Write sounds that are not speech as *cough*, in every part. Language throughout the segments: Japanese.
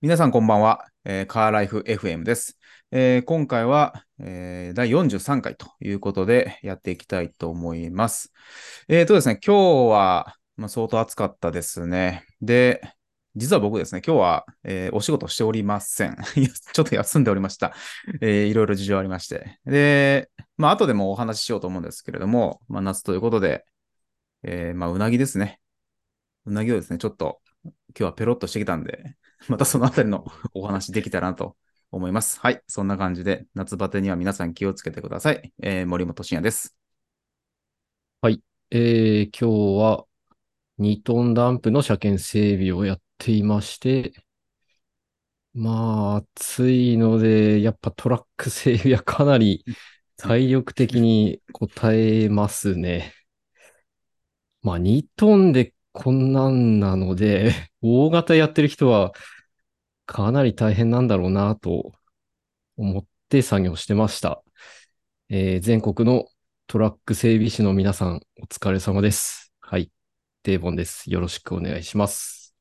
皆さんこんばんは、えーカーライフ FM です。えー今回は、えー第43回ということでやっていきたいと思います。えーとですね、今日は、まあ、相当暑かったですね。で、実は僕ですね、今日は、えーお仕事しておりません。 *laughs* いやちょっと休んでおりました。えーいろいろ事情ありまして。で、まあ後でもお話ししようと思うんですけれども、まあ、夏ということで、えーまあうなぎですね。うなぎをですね、ちょっと今日はペロッとしてきたんで、 *laughs* またそのあたりのお話できたらなと思います。はい。そんな感じで、夏バテには皆さん気をつけてください。えー森本慎也です。えー、今日は2トンダンプの車検整備をやっていまして、まあ暑いので、やっぱトラック整備はかなり体力的に応えますね。まあ2トンでこんなんなので、大型やってる人はかなり大変なんだろうなと思って作業してました。えー全国のトラック整備士の皆さん、お疲れ様です。はい。デーボンです。よろしくお願いします。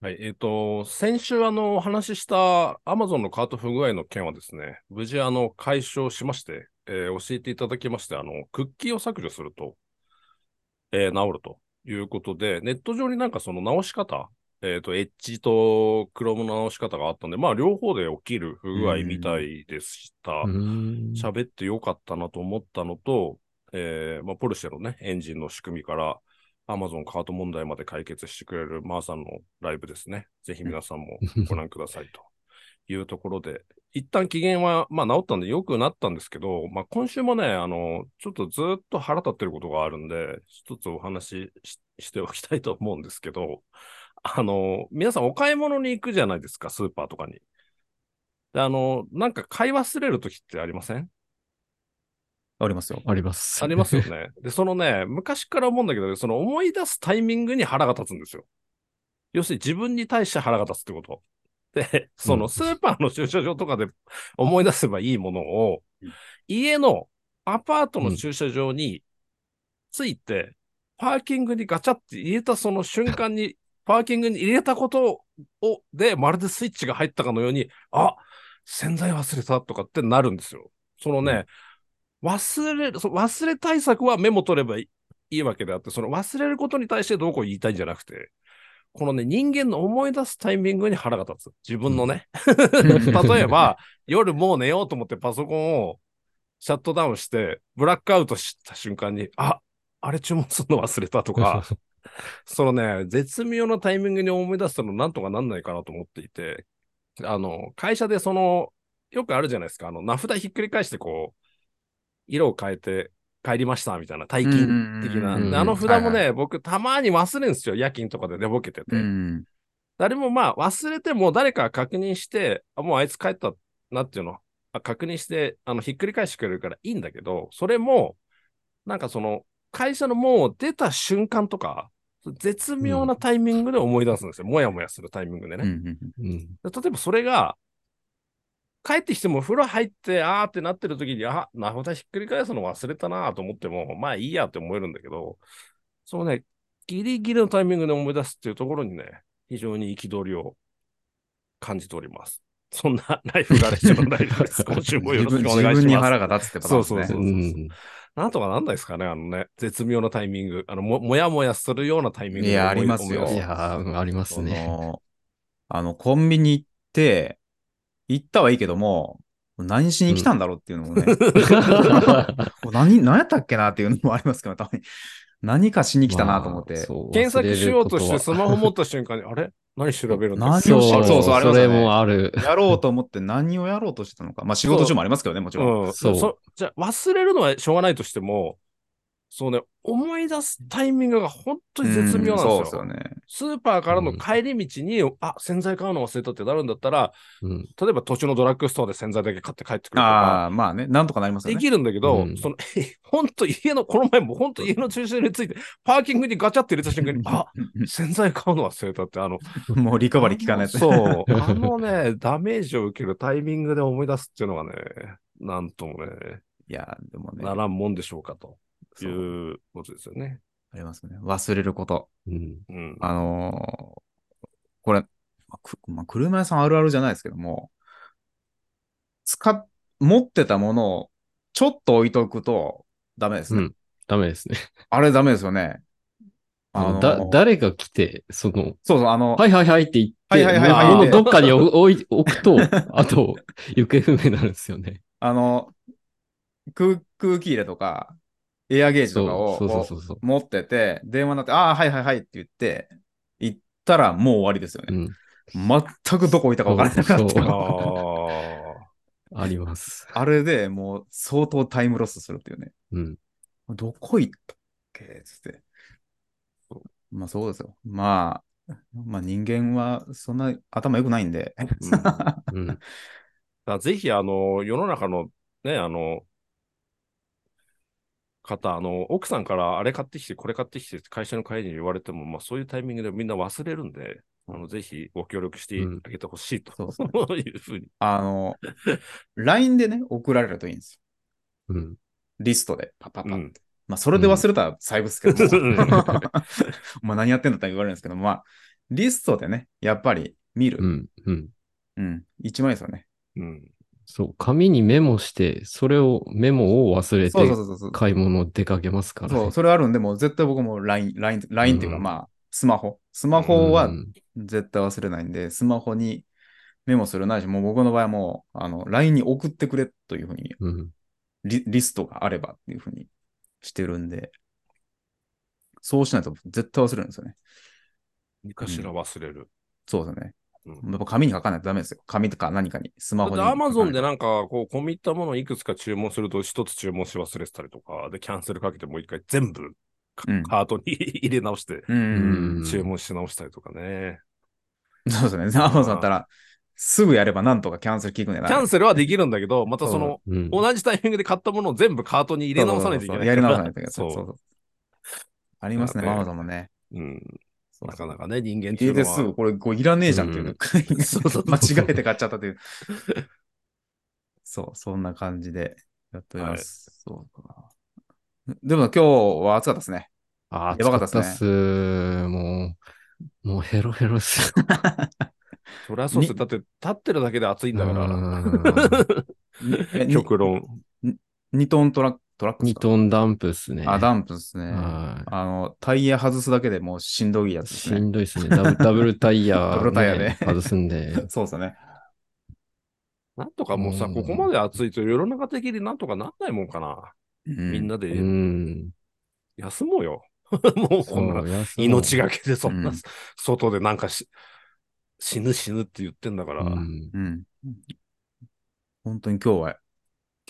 はい、えっ、と、先週あの、お話しした Amazon のカート不具合の件はですね、無事あの、解消しまして、えー教えていただきまして、あの、クッキーを削除すると、えー治るということで、ネット上になんかその直し方、えっ、と、エッジとクロムの直し方があったんで、まあ、両方で起きる不具合みたいでした。うーん喋ってよかったなと思ったのと、えーまあ、ポルシェのね、エンジンの仕組みから、Amazon カート問題まで解決してくれるマーさんのライブですね。ぜひ皆さんも *laughs* ご覧くださいというところで、一旦機嫌は、まあ、治ったんで良くなったんですけど、まあ、今週もね、あの、ちょっとずっと腹立ってることがあるんで、一つお話しししておきたいと思うんですけど、あの、皆さんお買い物に行くじゃないですか、スーパーとかに。で、あの、なんか買い忘れるときってありませんおり *laughs* ますよ。 *laughs* あります。ありますよね。で、そのね、昔から思うんだけど、その思い出すタイミングに腹が立つんですよ。要するに自分に対して腹が立つってこと。で、そうのんスーパーの駐車場とかで思い出せばいいものを、家のアパートの駐車場について、パーキングにガチャって入れたその瞬間に、パーキングに入れたことを、で、まるでスイッチが入ったかのように、あ洗剤忘れたとかってなるんですよ。そのね、忘れる、そ忘れ対策はメモ取ればいいいいわけであって、その忘れることに対してどうこう言いたいんじゃなくて、このね、人間の思い出すタイミングに腹が立つ。自分のね。例えば、 *laughs* 夜もう寝ようと思ってパソコンをシャットダウンして、ブラックアウトした瞬間に、あ、あれ注文するの忘れたとか、そのね、絶妙なタイミングに思い出すのなんとかなんないかなと思っていて、あの、会社でその、よくあるじゃないですか、あの、名札ひっくり返してこう、色を変えて帰りましたみたいな、退勤的な。うんうんうんであの札もね、はい僕たまに忘れるんですよ、夜勤とかで寝ぼけてて。うん。誰もまあ忘れても誰かが確認して、あ、もうあいつ帰ったなっていうのあ確認して、あの、ひっくり返してくれるからいいんだけど、それも、なんかその、会社のもう出た瞬間とか、絶妙なタイミングで思い出すんですよ。もやもやするタイミングでうね。ん *laughs* うん。で例えばそれが、帰ってきても風呂入って、あーってなってる時に、あ、名札ひっくり返すの忘れたなと思っても、まあいいやって思えるんだけど、そのね、ギリギリのタイミングで思い出すっていうところにね、非常に憤りを感じております。そんな *laughs* ライフガレージのライフ *laughs* です。今週もよ自分ろしくお自願いします。分に腹が立つってパターンですね。そうそうそううんなんとかなんないですかね、あのね、絶妙なタイミング。あの、も、もやもやするようなタイミングでいや思ありますよ思いい出すやー、ありますあね。のあの、コンビニ行って、行ったはいいけども、何しに来たんだろうっていうのもね、 *laughs* *laughs* こう何、何やったっけなっていうのもありますけど、たまに。何かしに来たなと思って。まあそう検索しようとしてス忘マホ持った瞬間に、あれ何調べるんだ何っをけれることはそそううそうありそますよねれもある。やろうと思って何をやろうとしてたのか。まあ仕事中もありますけどね、もちろん。うん、そうそじゃあ忘れるのはしょうがないとしても、そうね、思い出すタイミングが本当に絶妙なんうんそうでですすよ。よね。スーパーからの帰り道に、あ、洗剤買うの忘れたってなるんだったら、うん例えば途中のドラッグストアで洗剤だけ買って帰ってくるとか、ああ、まあね、なんとかなりますよでね。きるんだけど、うんその、本当家の、この前も本当家の駐車場について、パーキングにガチャって入れた瞬 *laughs* 間に、あ、洗剤買うの忘れたって、あの、もうリカバリー効かないやつね。 *laughs* そう。あのね、ダメージを受けるタイミングで思い出すっていうのがね、なんともね、いや、でもね、ならんもんでしょうかといそううことですよね。ありますね。忘れること。うんうん。あのーこれ、まあくまあ、車屋さんあるあるじゃないですけども、使っ、持ってたものをちょっと置いとくとダメですね。うんダメですね。あれダメですよね。あの、だ、誰が来て、その、そうそう、あの、はいはいはいって言って、はいはいはいはいもう物のどっかに置置い置くと、あと、行方不明になるんですよね。あの、空、空気入れとか、エアゲージとそうかをそうそこうそう。う持ってて、電話になって、ああ、はいはいはいって言って、行ったらもう終わりですようね。ん。全くどこ置いたか分からなくなってそう *laughs* あそうあ。あります。あれでもう相当タイムロスするっていうね。うん。どこ行ったっけつって。まあそうですよ。まあ、まあ人間はそんな頭良くないんで。 *laughs* うんだかうん。らぜひ、あの、世の中のね、あの、方、あの、奥さんからあれ買ってきて、これ買ってきてって会社の会議に言われても、まあそういうタイミングでみんな忘れるんで、あの、ぜひご協力してあげてほしいと、うんそう *laughs* いうふうに。あの、LINE でね、送られるといいんですよ。うん。リストで、パパパって。うんまあ、それで忘れたら財布ですけども、うんお前何やってんだって言われるんですけど、まあ、リストでね、やっぱり見る。ううん。ん。うん。一枚ですよね。うん。そう。紙にメモして、それを、メモを忘れそうそて、うそうそう。買い物出かけますからね。そう、それあるんで、もう絶対僕も LINE、LINE、LINE っていうか、うんまあ、スマホ。スマホはうん絶対忘れないんで、スマホにメモするないし、もう僕の場合はもう、あの、LINE に送ってくれというふうにうん。リ、リストがあればっていうふうにしてるんで、そうしないと絶対忘れるんですよね。何かしら忘れる。そうですよね。うんやっぱ紙に書かないとダメですよ。紙とか何かに、スマだっホてに。アマゾンでな。なんか、こう、込み入ったものをいくつか注文すると、一つ注文し忘れてたりとか、で、キャンセルかけてもう一回全部、かうんカートに *laughs* 入れ直して、うんうんううん注文し直したりとかね。ん。そうですね。アマゾンだったら、すぐやればなんとかキャンセル聞くんやな。キャンセルはできるんだけど、またその、うん。同じタイミングで買ったものを全部カートに入れ直さないといけないから。やり直さないといけない。そそううそうそう。ありますね、だからアねマゾンもね。うん。そうなかなかね、人間ってい家うのでは。すぐこれこういらねえじゃんっていううねん。 *laughs* そうそうそう間違えて買っちゃったという。そう、そんな感じでやっております。そうかな。でも今日は暑かったですね。あー、やばかったっす暑かねったっす。もう、もうヘロヘロ *laughs* っす。そりゃそうですよだって、立ってるだけで暑いんだから。ら。えに極論。二トントラック、トラックで *laughs* す2かトンダンプっすね。あ、ダンプですね。はあの、タイヤ外すだけでもうしんどいやいつですしね。んどいですね。ダブダブルタイヤ、ね、 *laughs* ダブルタイヤで外すんで。 *laughs* そうですね。なんとかもうさ、うんここまで暑いと世の中的になんとかなんないもんかな。みんなうでん。休もうよ。 *laughs* もうこんなそう命がけでそんな、うん外でなんかし死ぬ死ぬって言ってんだから。うんうん。本当に今日は、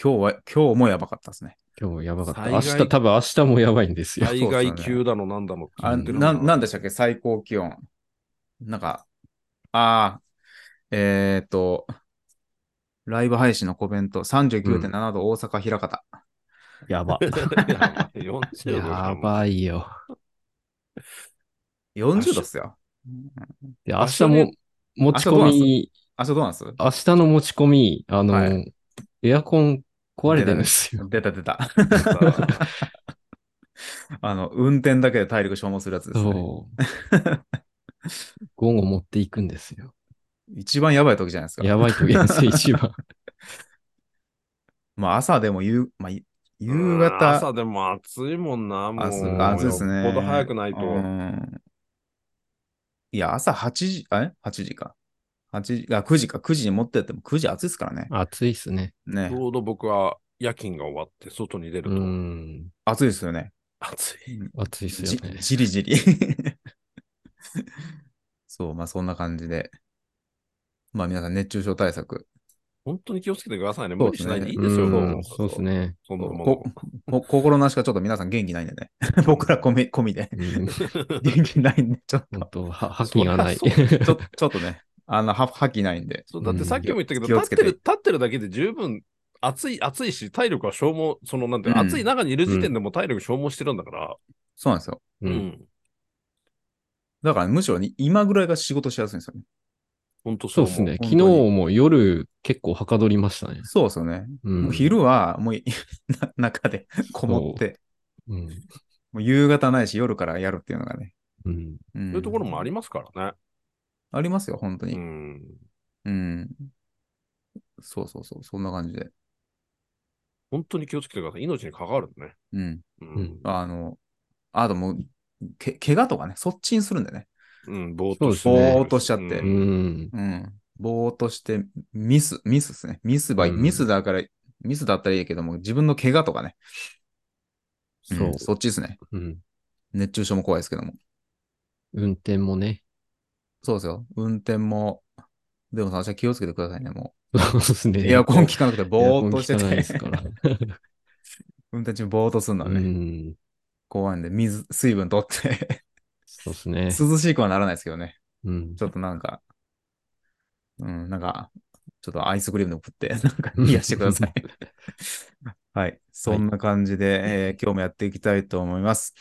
今日は、今日もやばかったですね。今日やばかった。災明害日、多分明日もやばいんですよ。災害級だのなんだのってあ言ってるななんでしたっけ最高気温。なんか、ああ、えっ、ー、と、ライブ配信のコメント、39.7度、大阪枚方。やば。やばい40度だやもんばいよ。 40度っすよ。うんで明明日日ねも持ち込み、明日どうなんす明日の持ち込み、あの、はエアコン壊れてるんですよ。出た出た。さああの、運転だけで体力消耗するやつですね。そう。午後持っていくんですよ。一番やばい時じゃないですか。やばい時ですよ、一番。まあ朝でも夕、まあ、い夕うん方、朝でも暑いもんな、もう。朝あそうですね。よっぽど早くないと。うんいや、朝8時、え ?8 時か。8時、あ、9時か。9時に持ってっても9時暑いですからね。暑いっすね。ねち。ょうど僕は夜勤が終わって外に出うるとん。暑いですよね。暑い。暑いっすよじね。じりじり。 *laughs* そう、まあそんな感じで。まあ皆さん熱中症対策。本当に気をつけてくださいね。そ無う理ですしねないでいいじですよ、うんもうそうです。 *laughs* ね。そんなものこ。こ心なしかちょっと皆さん元気ないんでね。 *laughs* 僕ら込み込みで。うん元気ないんで、ちょっと本。当は、覇気がないそ。りゃそうちょちょっとね、あの、は吐きないんで。そうだってさっきも言ったけど、気をつけ立っててる、立ってるだけで十分暑い、暑いし、体力は消耗、そのなんて、うん暑い中にいる時点でもう体力消耗してるんだから。そうなんですよ。 *laughs* う。うんんだからむしろに今ぐらいが仕事しやすいんですよね。本当そううで思すね。本当昨に日も夜結構はかどりましたね。そうですよね。う。もうん昼はもうい *laughs* な中で *laughs* こもって、うん。もう夕方ないし夜からやるっていうのがね。うん。うんそういうところもありますからね。ありますよ、本当うに。ん。うん。そうそうそう、そんな感じで。本当に気をつけてください。命に関わるのね。うん。うん。あの、あともう、け、怪我とかね、そっちにするんでね。うん、ぼーっとしそうですねぼーっとしちゃってう。うんうん。ぼーっとして、ミス、ミスですね。ミスば、うんミスだから、ミスだったらいいけども、自分の怪我とかね。んそう。そっちですね。うん。熱中症も怖いですけども。運転もね。そうですよ。運転も、でもさ、私は気をつけてくださいね、もそうですう。ね。エアコン効かなくて、ぼーっとしてエアコン効かないですて、から。運転中ぼーっとするのはうね、ん。怖いんで、水、水分取って、そうですね。 *laughs* 涼しくはならないですけどね。うん。ちょっとなんか、うん、なんか、ちょっとアイスクリームでも食って、 *laughs* なんか癒やしてくだ *laughs* さい。はい。そんな感じで、えー今日もやっていきたいと思います。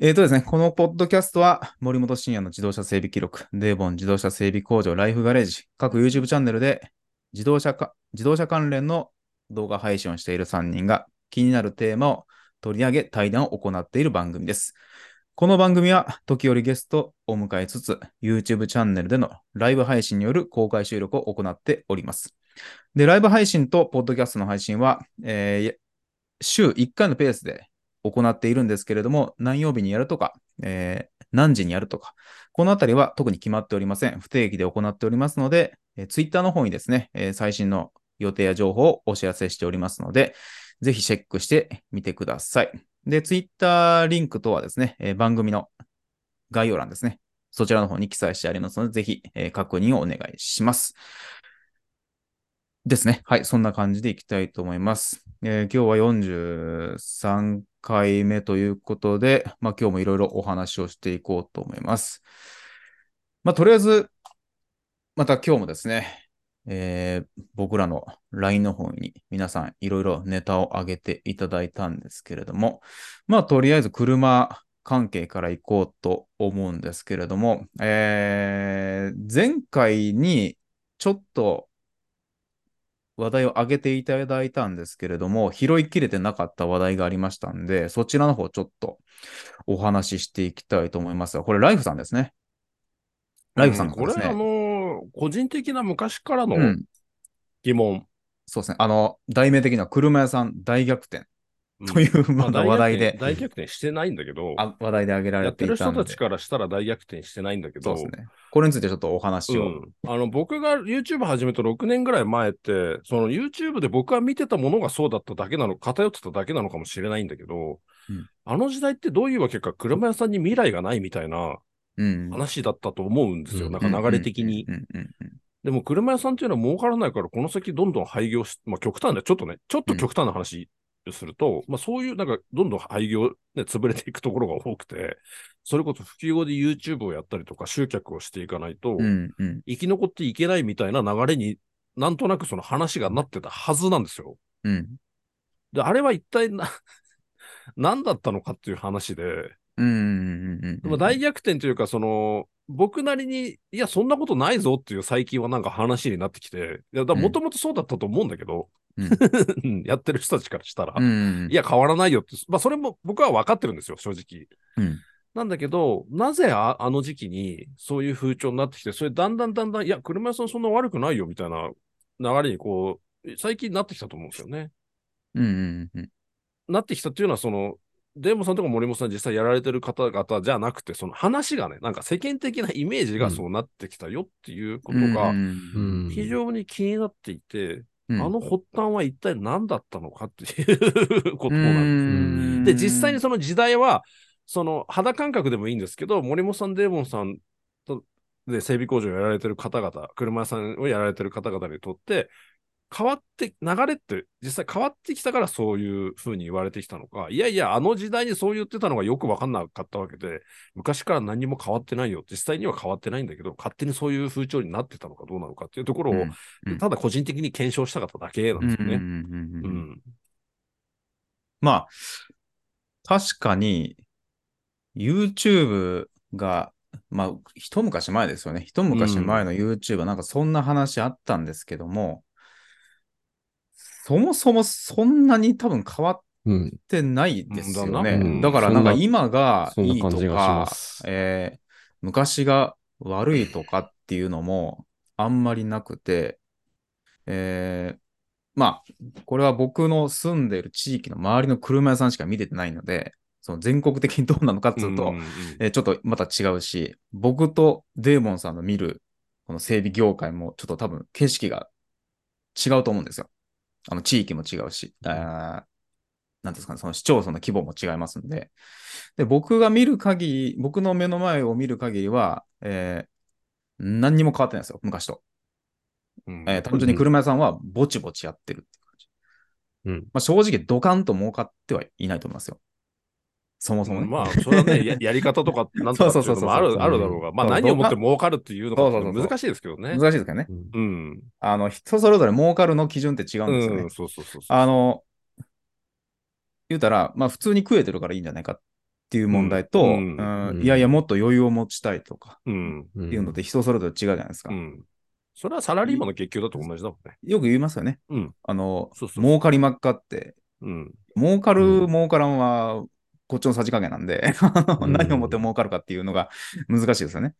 えっ、とですね、このポッドキャストは、森本慎也の自動車整備記録、デーボン自動車整備工場ライフガレージ、各 YouTube チャンネルで自動車か、自動車関連の動画配信をしている3人が気になるテーマを取り上げ対談を行っている番組です。この番組は時折ゲストをお迎えつつ、YouTube チャンネルでのライブ配信による公開収録を行っております。で、ライブ配信とポッドキャストの配信は、えーや週1回のペースで行っているんですけれども、何曜日にやるとか、えー何時にやるとか、このあたりは特に決まっておりません。不定期で行っておりますので、えー、Twitter の方にですね、えー最新の予定や情報をお知らせしておりますので、ぜひチェックしてみてください。で、ツイッターリンクとはですね、えー番組の概要欄ですね。そちらの方に記載してありますので、ぜひ、えー確認をお願いします。ですね。はい。そんな感じでいきたいと思います。えー今日は43回目ということで、まあ今日もいろいろお話をしていこうと思います。まあとりあえず、また今日もですね、えー僕らの LINE の方に皆さんいろいろネタを上げていただいたんですけれども、まあ、とりあえず車関係からいこうと思うんですけれども、えー前回にちょっと話題を上げていただいたんですけれども、拾いきれてなかった話題がありましたんで、そちらの方ちょっとお話ししていきたいと思いますが、これライフさんですね。ライフさんうかこらでれ、すあね。のー個人的な昔からのうん、疑問。そうですね。あの、題名的には車屋さん大逆転というう、んまだ話題で、大逆転大逆転してないんだけど、あ話題で挙げらやれってているた人んで。たちからしたら大逆転してないんだけそうど、ですね。これについてちょっとお話を。うん、あの僕が YouTube 始めた6年ぐらい前って、その YouTube で僕が見てたものがそうだっただけなの、偏ってただけなのかもしれないんだけど、うんあの時代ってどういうわけか、車屋さんに未来がないみたいなうん。話だったと思うんですよ、うんなんか流れ的に。うんうんうんでも車屋さんっていうのは儲からないから、この先どんどん廃業し、まあ極端で、ちょっとね、ちょっと極端な話をすると、まあそういうなんかどんどん廃業、ね、潰れていくところが多くて、それこそ普及後で YouTube をやったりとか集客をしていかないと、うんうんうん生き残っていけないみたいな流れになんとなくその話がなってたはずなんですよ。うんで、あれは一体な、 *laughs* 何だったのかっていう話で、うんうんうんまあ、大逆転というか、その、僕なりに、いや、そんなことないぞっていう最近はなんか話になってきて、いや、うんもともとそうだったと思うんだけど、うんうん *laughs* やってる人たちからしたら、うんうんいや、変わらないよって、まあ、それも僕は分かってるんですよ、正直。うんなんだけど、なぜああの時期にそういう風潮になってきて、それだんだんだんだん、いや、車屋さんそんな悪くないよみたいな流れにこう、最近なってきたと思うんですよね。うんうんうんなってきたっていうのは、その、デーモンさんとか森本さん実際やられてる方々じゃなくて、その話がね、なんか世間的なイメージがそうなってきたよっていうことうが、んうん非常に気になっていて、うんあの発端は一体何だったのかっていうことなんですうんで、実際にその時代は、その肌感覚でもいいんですけど、森本さん、デーモンさんとで整備工場をやられてる方々、車屋さんをやられてる方々にとって、変わって、流れって実際変わってきたからそういうふうに言われてきたのか、いやいや、あの時代にそう言ってたのがよくわかんなかったわけで、昔から何も変わってないよ、実際には変わってないんだけど、勝手にそういう風潮になってたのかどうなのかっていうところを、うんうんただ個人的に検証したかっただけなんうんでうすよね。んうんううんんまあ、確かに、YouTube が、まあ、一昔前ですよね。一昔前の YouTube は、なんかそんな話あったんですけども、そもそもそんなに多分変わっうん。てないですようんだなうね。んだから、なんか今がそんいないと感じがしまか、す。えー昔が悪いとかっていうのもあんまりなくて、えーまあ、これは僕の住んでる地域の周りの車屋さんしか見ててないので、その全国的にどうなのかっていうと、んんんえーちょっとまた違うし、僕とデーモンさんの見るこの整備業界もちょっと多分景色が違うと思うんですよ。あの地域も違うし、あーなんていうんですかね、その市町村の規模も違いますんで。で、僕が見る限り、僕の目の前を見る限りは、えー何にも変わってないですよ、昔と。うんえー単純に車屋さんはぼちぼちやってるって感じ。うんまあ、正直ドカンと儲かってはいないと思いますよ。そもそもね。まあ、それ *laughs* はね、ややり方とか、なんとかっていうのもあそうそうそうそうるあるだろうが、まあそう何をもって儲かるっていうのかそうそうそうそう難しいですけどね難。しいですけどね。うんうん。あの、人それぞれ儲かるの基準って違うんですよね。うん、そうそうそうそう。あの、言うたら、まあ普通に食えてるからいいんじゃないかっていう問題と、うんうんうんいやいや、もっと余裕を持ちたいとかうん。っていうのって人それぞれ違うじゃないですか。うん。それはサラリーマンの月給だと同じだもんね。よく言いますよね。うんあの、そうそう儲かりまっかって、うん。儲かる、うん儲からんは、こっちのさじ加減なん *laughs* で、あのうん何をもって儲かるかっていうのが難しいですよね。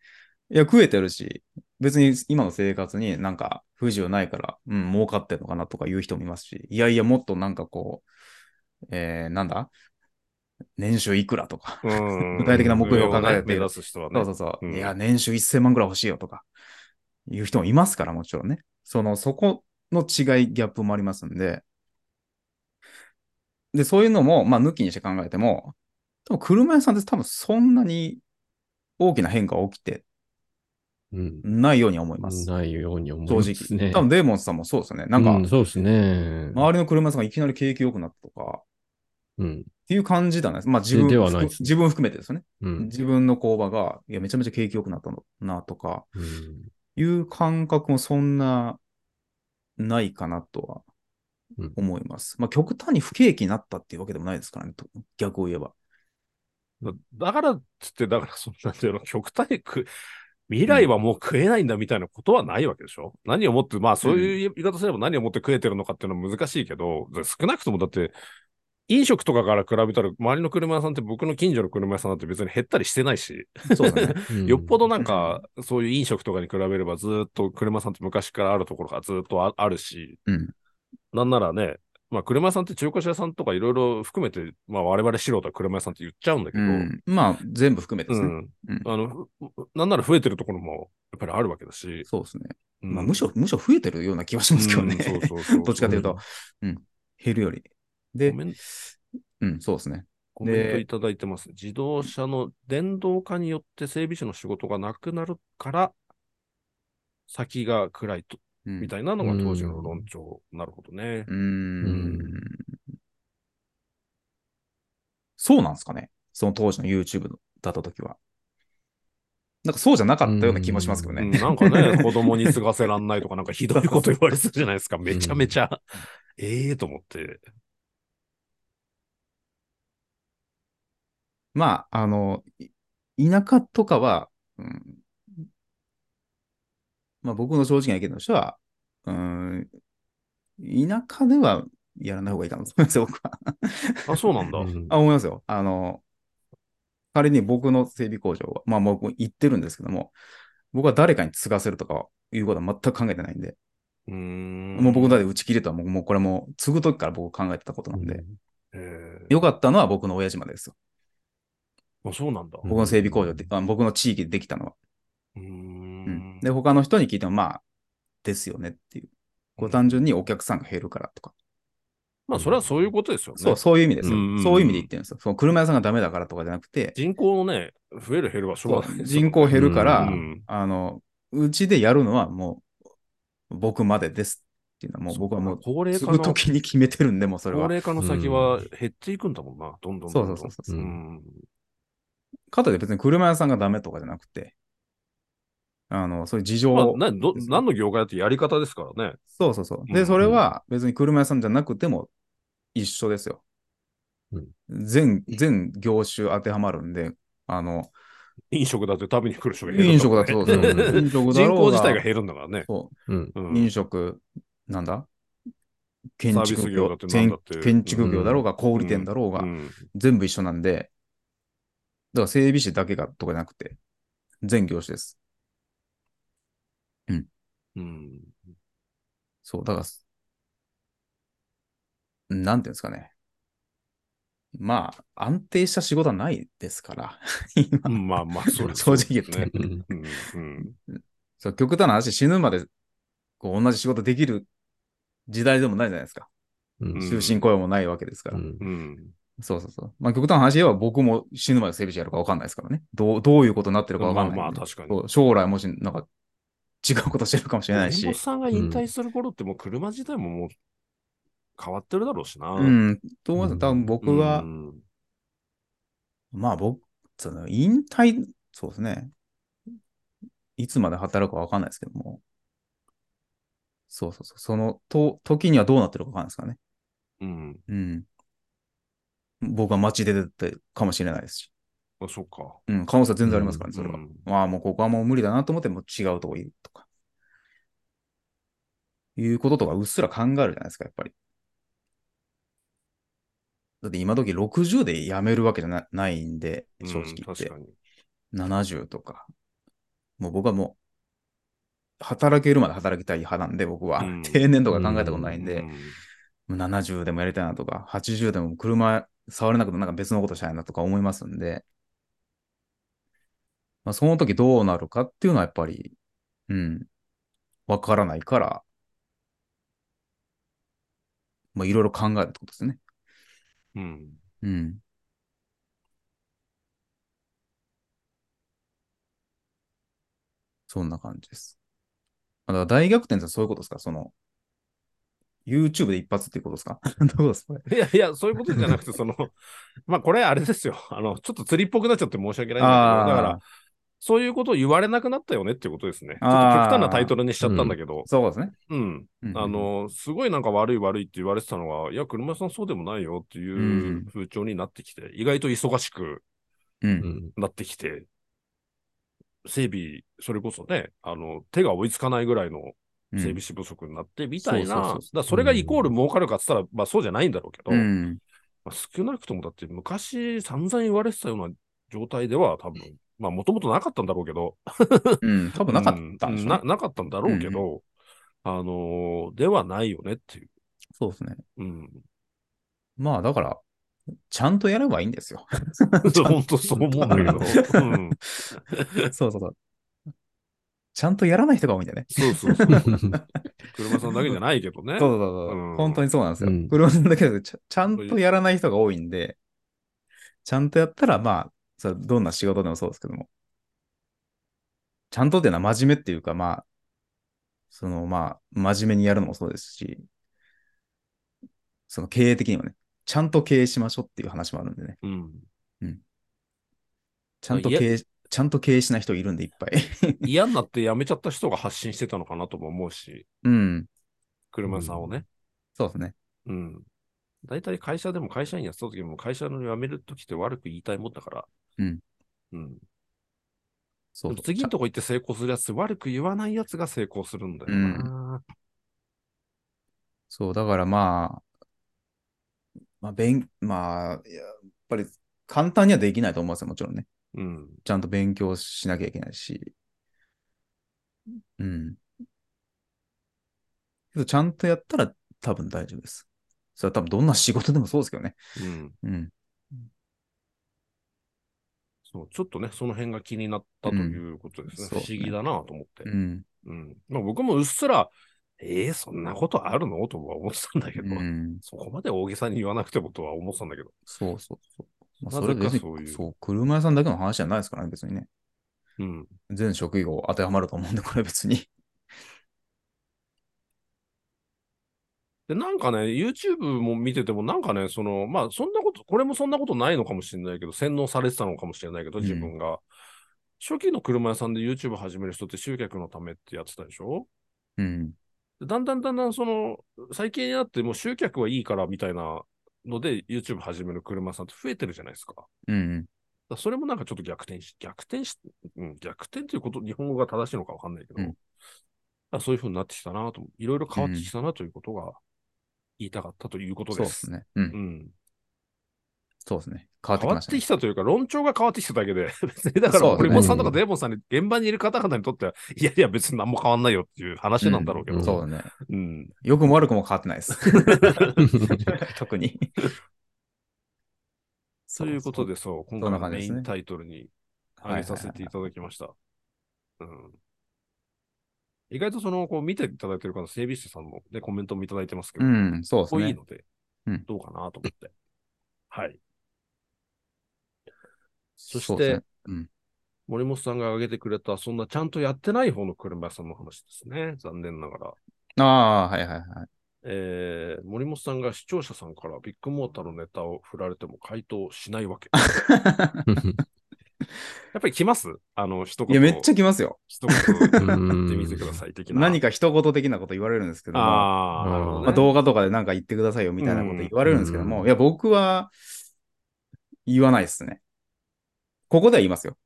いや、食えてるし、別に今の生活になんか不自由ないから、うん、儲かってんのかなとか言う人もいますし、いやいや、もっとなんかこう、えー、なんだ年収いくらとか、うん具体的な目標を掲げて目指す人はね。そうそうそう、うんいや、年収1000万ぐらい欲しいよとか、いう人もいますから、もちろんね。その、そこの違い、ギャップもありますんで。で、そういうのも、まあ、抜きにして考えても、多分車屋さんって多分そんなに大きな変化は起きてうんないように思います。ないように思いま正す直。ね。多分デーモンさんもそうですよね。なんか、うんそうですね。周りの車屋さんがいきなり景気良くなったとか、っうん。ていう感じだね。まあ、自分、でではないですね自分含めてですよね。うん。自分の工場が、いや、めちゃめちゃ景気良くなったのなとか、うんいう感覚もそんなないかなとはうん思います。まあ、極端に不景気になったっていうわけでもないですからね、と逆を言えば。だだからっつって、だからそんなんていうの、極端にく、未来はもう食えないんだみたいなことはないわけでしょ、何をもって、まあそういう言い方すれば何をもって食えてるのかっていうのは難しいけど、少なくともだって、飲食とかから比べたら、周りの車屋さんって僕の近所の車屋さんだって別に減ったりしてないし、 *laughs* そうですね。よっぽどなんか、そういう飲食とかに比べればずーっと車屋さんって昔からあるところがずーっとああるし、うん。なんならね、まあ車屋さんって中古車屋さんとかいろいろ含めて、まあ我々素人は車屋さんって言っちゃうんだけうど、ん、まあ、全部含めてですね。うんうん、あのふなんなら増えてるところもやっぱりあるわけだし、そうですね。うんまあ、むしろ、むしろ増えてるような気はしますけどね。うんそうそうそう *laughs* そうどっちかというと、うん、減るより。でコ、メンうん、そうですね。コメントいただいてます。自動車の電動化によって整備士の仕事がなくなるから、先が暗いと、うんみたいなのが当時の論調。なるほどね。うーんうんそうなんですかねその当時の YouTube だった時は。なんかそうじゃなかったような気もしますけどうんね。なんかね、子供に継がせらんないとか、なんかひどいこと言われてるじゃないですか。めちゃめちゃ、ええと思って。まあ、あの、い田舎とかは、うん、まあ僕の正直な意見としては、うん、田舎ではやらない方がいいかなと思いますよ、僕は。あ、そうなんだ。うんあ、思いますよ。あの、仮に僕の整備工場は、まあもう行ってるんですけども、僕は誰かに継がせるとかいうことは全く考えてないんで、うーん。もう僕だって打ち切れとはもう、もうこれもう継ぐ時から僕考えてたことなんで、ええ良かったのは僕の親父までですよ。あ、そうなんだ。うん僕の整備工場で、あ僕の地域でできたのは。うーうんん。で、他の人に聞いても、まあ、ですよねっていう。こう単純にお客さんが減るからとか。まあ、それはそういうことですよね。そう、そういう意味ですよ。うんそういう意味で言ってるんですよ。その車屋さんがダメだからとかじゃなくて、人口のね、増える減るはしょうがないそうですよ人ね。口減るから、うんあの、うちでやるのはもう、僕までですっていうのは、もう僕はもう、高齢継化ぐの、時に決めてるんで、もうそれ高は。齢化の先は減っていくんだもんな、どんどんそどうんそどん。うそうそう。うんん。かといって別に車屋さんがダメとかじゃなくて、あの、そういう事情まあを、、など何の業界だってやり方ですからね。そうそうそう。うんうで、んそれは別に車屋さんじゃなくても一緒ですよ。うん全、全業種当てはまるんで、あの、飲食だって食べに来る人が減るん飲だ食もんだね、ってそうだでねすよ。飲食だ人ろうが口自体が減るんだからね。そううん。う飲ん、食、なんだ建サービ築ス業だ業ってなんだ建って建築業だろうが、小売店だろうが、うん全部一緒なんで、だから整備士だけがとかじゃなくて、全業種です。うん。そう、だから、なんていうんですかね。まあ、安定した仕事はないですから、 *laughs* 今、まあまあ、そ *laughs* れ正直言ってそうですねうんうんうんそう極端な話、死ぬまでこう同じ仕事できる時代でもないじゃないですか。うんうん終身雇用もないわけですから。うんうん。そうそうそう。まあ、極端な話では僕も死ぬまで整備士やるか分かんないですからね。どうどういうことになってるか分かまんないあんで、まあ、確かに。そう将来もし、なんか、違うことしてるかもしれないし弁護。士さんが引退する頃ってもう車自体ももう変わってるだろうしな。ううん。ん。と思います。多分僕は、まあ僕、その引退、そうですね。いつまで働くか分かんないですけども。そうそうそう。そのと時にはどうなってるか分かんないですからね。うん。うん。僕は街で出てるかもしれないですし。あ、そっか。うん。可能性は全然ありますからね、それは。うんまあもうここはもう無理だなと思っても違うとこいるとか。いうこととかうっすら考えるじゃないですか、やっぱり。だって今時60で辞めるわけじゃなないんで、正直言って。うん確かに。 70とか。もう僕はもう、働けるまで働きたい派なんで、僕は。うん定年とか考えたことないんで、うんもう70でもやりたいなとか、80でも車触れなくてなんか別のことしたいなとか思いますんで、まあ、その時どうなるかっていうのはやっぱり、うん、わからないから、まあいろいろ考えるってことですね。うん。うん。そんな感じです。あだから大逆転さんそういうことですかその、YouTube で一発っていうことですか *laughs* どういうことですかこれいやいや、そういうことじゃなくて、その、 *laughs* まあこれあれですよ。あの、ちょっと釣りっぽくなっちゃって申し訳ないんだけど、だから、そういうことを言われなくなったよねっていうことですね。ちょっと極あー端なタイトルにしちゃったんだけど、そうですね。うん。うんうんあ、の、すごいなんか悪い悪いって言われてたのが、いや、車屋さんそうでもないよっていう風潮になってきて、意外と忙しく *laughs* う。うんんなってきて、整備、それこそね、あの、手が追いつかないぐらいのうん整備士不足になって、みたいな、そうそうそだかうそらそれがイコール儲かるかって言ったら、まあそうじゃないんだろうけど、うん。まあ、少なくともだって昔散々言われてたような状態では多分、まあもともとなかったんだろうけど、うん。多分なかったんでしょうねななかったんだろうけど、あのーではないよねっていう。そうですね。 *laughs* うん。まあだから、ちゃんとやればいいんですよ。 *laughs* 本当そう思うんだけど。うん。そうそうそう。ちゃんとやらない人が多いんだよね。そうそう *laughs* そう。車さんだけじゃないけどね。そうそうそう。うん本当にそうなんですよ。うん車だけでちゃちゃんとやらない人が多いんで、ちゃんとやったら、まあ、それどんな仕事でもそうですけども、ちゃんとっていうのは真面目っていうか、まあ、その、まあ、真面目にやるのもそうですし、その経営的にもね、ちゃんと経営しましょうっていう話もあるんでね、うん。ちゃんといや経営、ちゃんと経営しない人いるんでいっぱい。 *laughs* 嫌になって辞めちゃった人が発信してたのかなとも思うし、うん、車さんをね。そうですね。うん。大体会社でも会社員やってた時も会社の辞める時って悪く言いたいもんだから。うん。うん。そうそでもう次のとこ行って成功するやつ、悪く言わないやつが成功するんだよな。そう、だからまあ、まあ、勉、まあ、やっぱり簡単にはできないと思いますよ、もちろんね。うん。ちゃんと勉強しなきゃいけないし。うん。けど、ちゃんとやったら多分大丈夫です。それは多分どんな仕事でもそうですけどね。うん。うん。そう、ちょっとね、その辺が気になったということですね。うんそう不思議だなと思って。うん。うん。まあ僕もうっすら、ええそんなことあるのとは思ってたんだけど、うん。そこまで大げさに言わなくてもとは思ってたんだけど。そうそうそう。まあ、なそれぜか別そういに、うそう、車屋さんだけの話じゃないですからね、別にね。うん。全職業当てはまると思うんで、これ別に。で、なんかね、YouTube も見てても、なんかね、その、まあ、そんなこと、これもそんなことないのかもしれないけど、洗脳されてたのかもしれないけど、うん自分が。初期の車屋さんで YouTube 始める人って集客のためってやってたでしょうん。でだんだんだんだん、その、最近になってもう集客はいいからみたいなので、YouTube 始める車屋さんって増えてるじゃないですか。うん。だからそれもなんかちょっと逆転し、逆転し、うん、逆転ということ、日本語が正しいのかわかんないけど、うんだからそういうふうになってきたなと、いろいろ変わってきたなということが言いたかったということそうで。ですすね。うんう。ん。そうですね。変わって変きわまっしたねてきたというか、論調が変わってきただけで、 *laughs* 別にだかそら、うです堀ね本さんとかデーモンさんに、現場にいる方々にとっては、いやいや、別に何も変わんないよっていう話なんだろうけど、んそうだね。うん良くも悪くも変わってないです。 *laughs* 特に。ということで。で、そう、今そん回なの感じメでイすねンタイトルに挙げさせていただきました。うん意外とその、こう、見ていただいてる方、整備士さんもね、コメントもいただいてますけうど、かん、そうでっすこいいね。のでうん、どうかなと思って。はい。そそうしですてね、うん森本さんが挙げてくれた、そんなちゃんとやってない方の車屋さんの話ですね。残念ながあら。あ、はいはいはい。えー、森本さんが視聴者さんからビッグモーターのネタを振られても回答しな *laughs* いわけ。やっぱり来ますあの、一い言。や、めっちゃ来ますよ。一言言ってみてください的な。何か。か一言的なこと言われるんですけども、ああ、なるほど、ね。まあ、動画とかで何か言ってくださいよみたいなこと言われるんですけどうも、んいや、僕は言わないですね。ここでは言いますよ。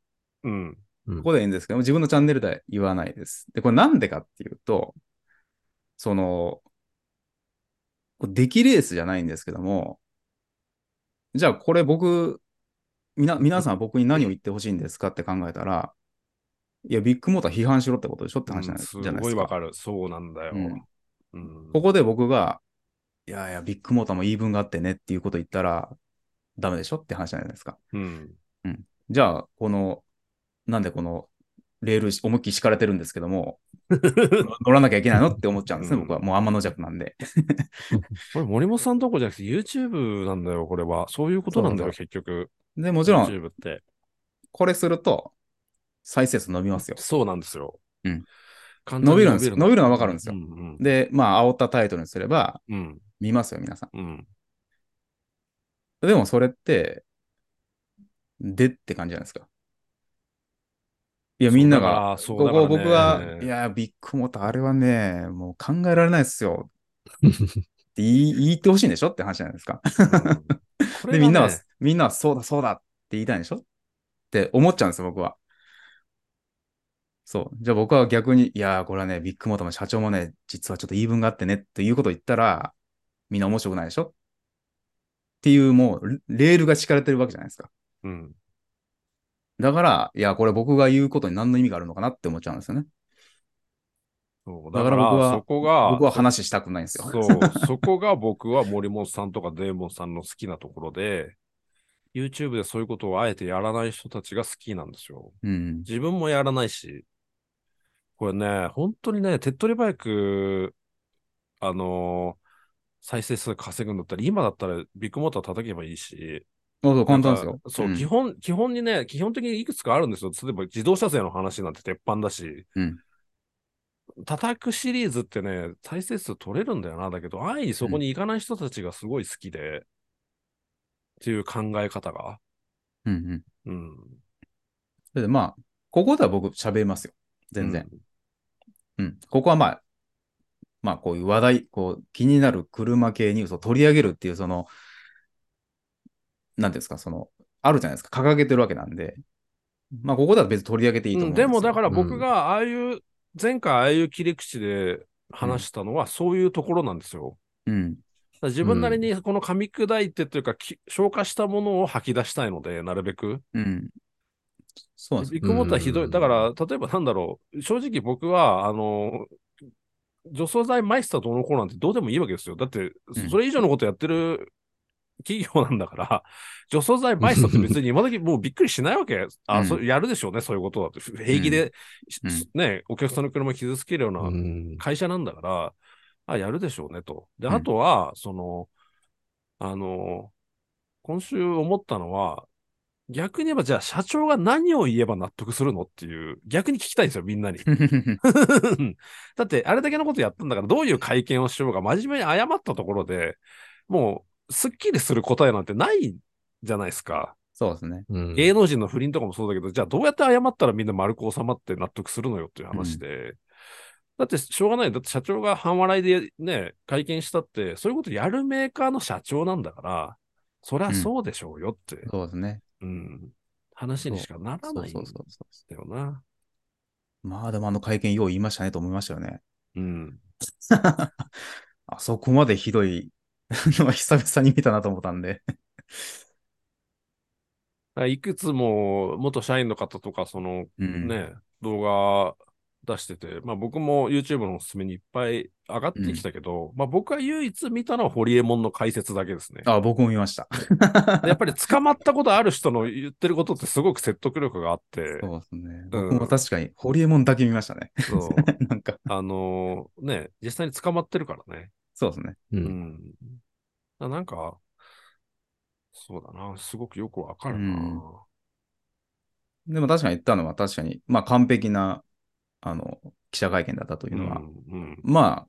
うん。ここでは言うんですけども、自分のチャンネルでは言わないです。で、これなんでかっていうと、その、これ出来レースじゃないんですけども、じゃあこれ僕、みな、皆さんは僕に何を言ってほしいんですかって考えたら、いや、ビッグモーター批判しろってことでしょって話じゃない,、うんすでごいすわか。かる。そうなんだよ。うんうんここで僕が、いやいや、ビッグモーターも言い分があってねっていうこと言ったら、ダメでしょって話じゃないですか。 *laughs* うん。じゃあ、この、なんでこの、レール思いっきり敷かれてるんですけども、乗らなきゃいけないのって思っちゃうんですね、うん僕は。もう天の弱なんで。これ森本さんどころじゃなくて YouTube なんだよ、これは。そういうことなんだよ、結局。で、ももちろん、 YouTube って。これすると、再生数伸びますよ。そうなんですよ。うん完全に伸びるんですよ伸びるのはわかるんですようんで、まあ、煽ったタイトルにすれば、うん。うん。見ますよ、皆さうん。ん。でも、それって、でって感じじゃないですか。いや、みんなが、そう、こだからこそう僕だからはね、いや、ビッグモーター、あれはね、もう考えられないっすよって言い言ってほしいんでしょって話じゃないですか。 *laughs* うんこで、れがねみんなは、みんなはそうだ、そうだって言いたいんでしょって思っちゃうんですよ、僕は。そう。じゃあ僕は逆に、いやー、これはね、ビッグモーターも社長もね、実はちょっと言い分があってねっていうことを言ったら、みんな面白くないでしょっていう、もう、レールが敷かれてるわけじゃないですか。うん。だから、いや、これ僕が言うことに何の意味があるのかなって思っちゃうんですよね。そうだだかからら僕はそこが、僕は話したくないんですよ。そう、そこが僕は森本さんとかデーモンさんの好きなところで、YouTube でそういうことをあえてやらない人たちが好きなんですよ。うん。自分もやらないし、これね、本当にね、手っ取り早く、あのー再生数稼ぐんだったら、今だったらビッグモーター叩けばいいし、そうそう、簡単ですなよん。かそう、ん基本、基本にね、基本的にいくつかあるんですよ。例えば自動車税の話なんて鉄板だし、うん叩くシリーズってね、再生数取れるんだよな。だけど、安易にそこに行かない人たちがすごい好きで、っていう考え方が。うんうん。うん。それで、まあ、ここでは僕喋りますよ。全然。うん。うん。ここはまあ、まあ、こういう話題、こう、気になる車系ニュースを取り上げるっていう、その、なんていうんですか、その、あるじゃないですか。掲げてるわけなんで、まあ、ここでは別に取り上げていいと思ううんんですでよ。も、だからう僕んがああいう、前回ああいう切り口で話したのは、そういうところなんですよ。うん。だから自分なりにこの噛み砕いてというか、き消化したものを吐き出したいので、なるべく。うん。そうなんですビよ。ッグモーターひどうい。んだから、例えばなんだろう。正直僕は、あの、除草剤マイスターどうのこうなんてどうでもいいわけですよ。だってん、それ以上のことやってる *laughs* 企業なんだから、除草剤マイスターって別に今時もうびっくりしないわけ。*laughs* あ、うんそれやるでしょうね、そういうことだって。平気で、しうんね、お客さんの車傷つけるようなうん会社なんだから、あ、やるでしょうねと。で、あとは、その、あの、今週思ったのは、逆に言えば、じゃあ社長が何を言えば納得するのっていう、逆に聞きたいんですよ、みんなに。 *laughs* だって、あれだけのことやったんだから、どういう会見をしようが、真面目に謝ったところで、もう、すっきりする答えなんてないじゃないですか。 *laughs* そうですね。うん芸能人の不倫とかもそうだけど、じゃあどうやって謝ったらみんな丸く収まって納得するのよっていう話で。だってしょうがない。だって社長が半笑いでね、会見したって、そういうことやるメーカーの社長なんだから、そりゃそうでしょうよって、そうですね。うん、話にしかならそなういんそうそうだそよな。う。まあ、でもあの会見、よう言いましたねと思いましたよね。うん。 *laughs* あそこまでひどいのは久々に見たなと思ったんで。あいくつも元社員の方とか、そのうん。ね、動画出してて、まあ僕も YouTube のおすすめにいっぱい上がってきたけど、まあ僕は唯一見たのはホリエモンの解説だけですね。あ、僕も見ました。でやっぱり捕まったことある人の言ってることってすごく説得力があって、そうですね。僕も確かに、ホリエモンだけ見ましたね。 *laughs* そうなんか、あのーね、実際に捕まってるからね。そうですね。う。うんん。だなんか、そうだな、すごくよくわかるな。うんでも確かに言ったのは確かに、まあ完璧な、あの、記者会見だったといううんのは、うんまあ、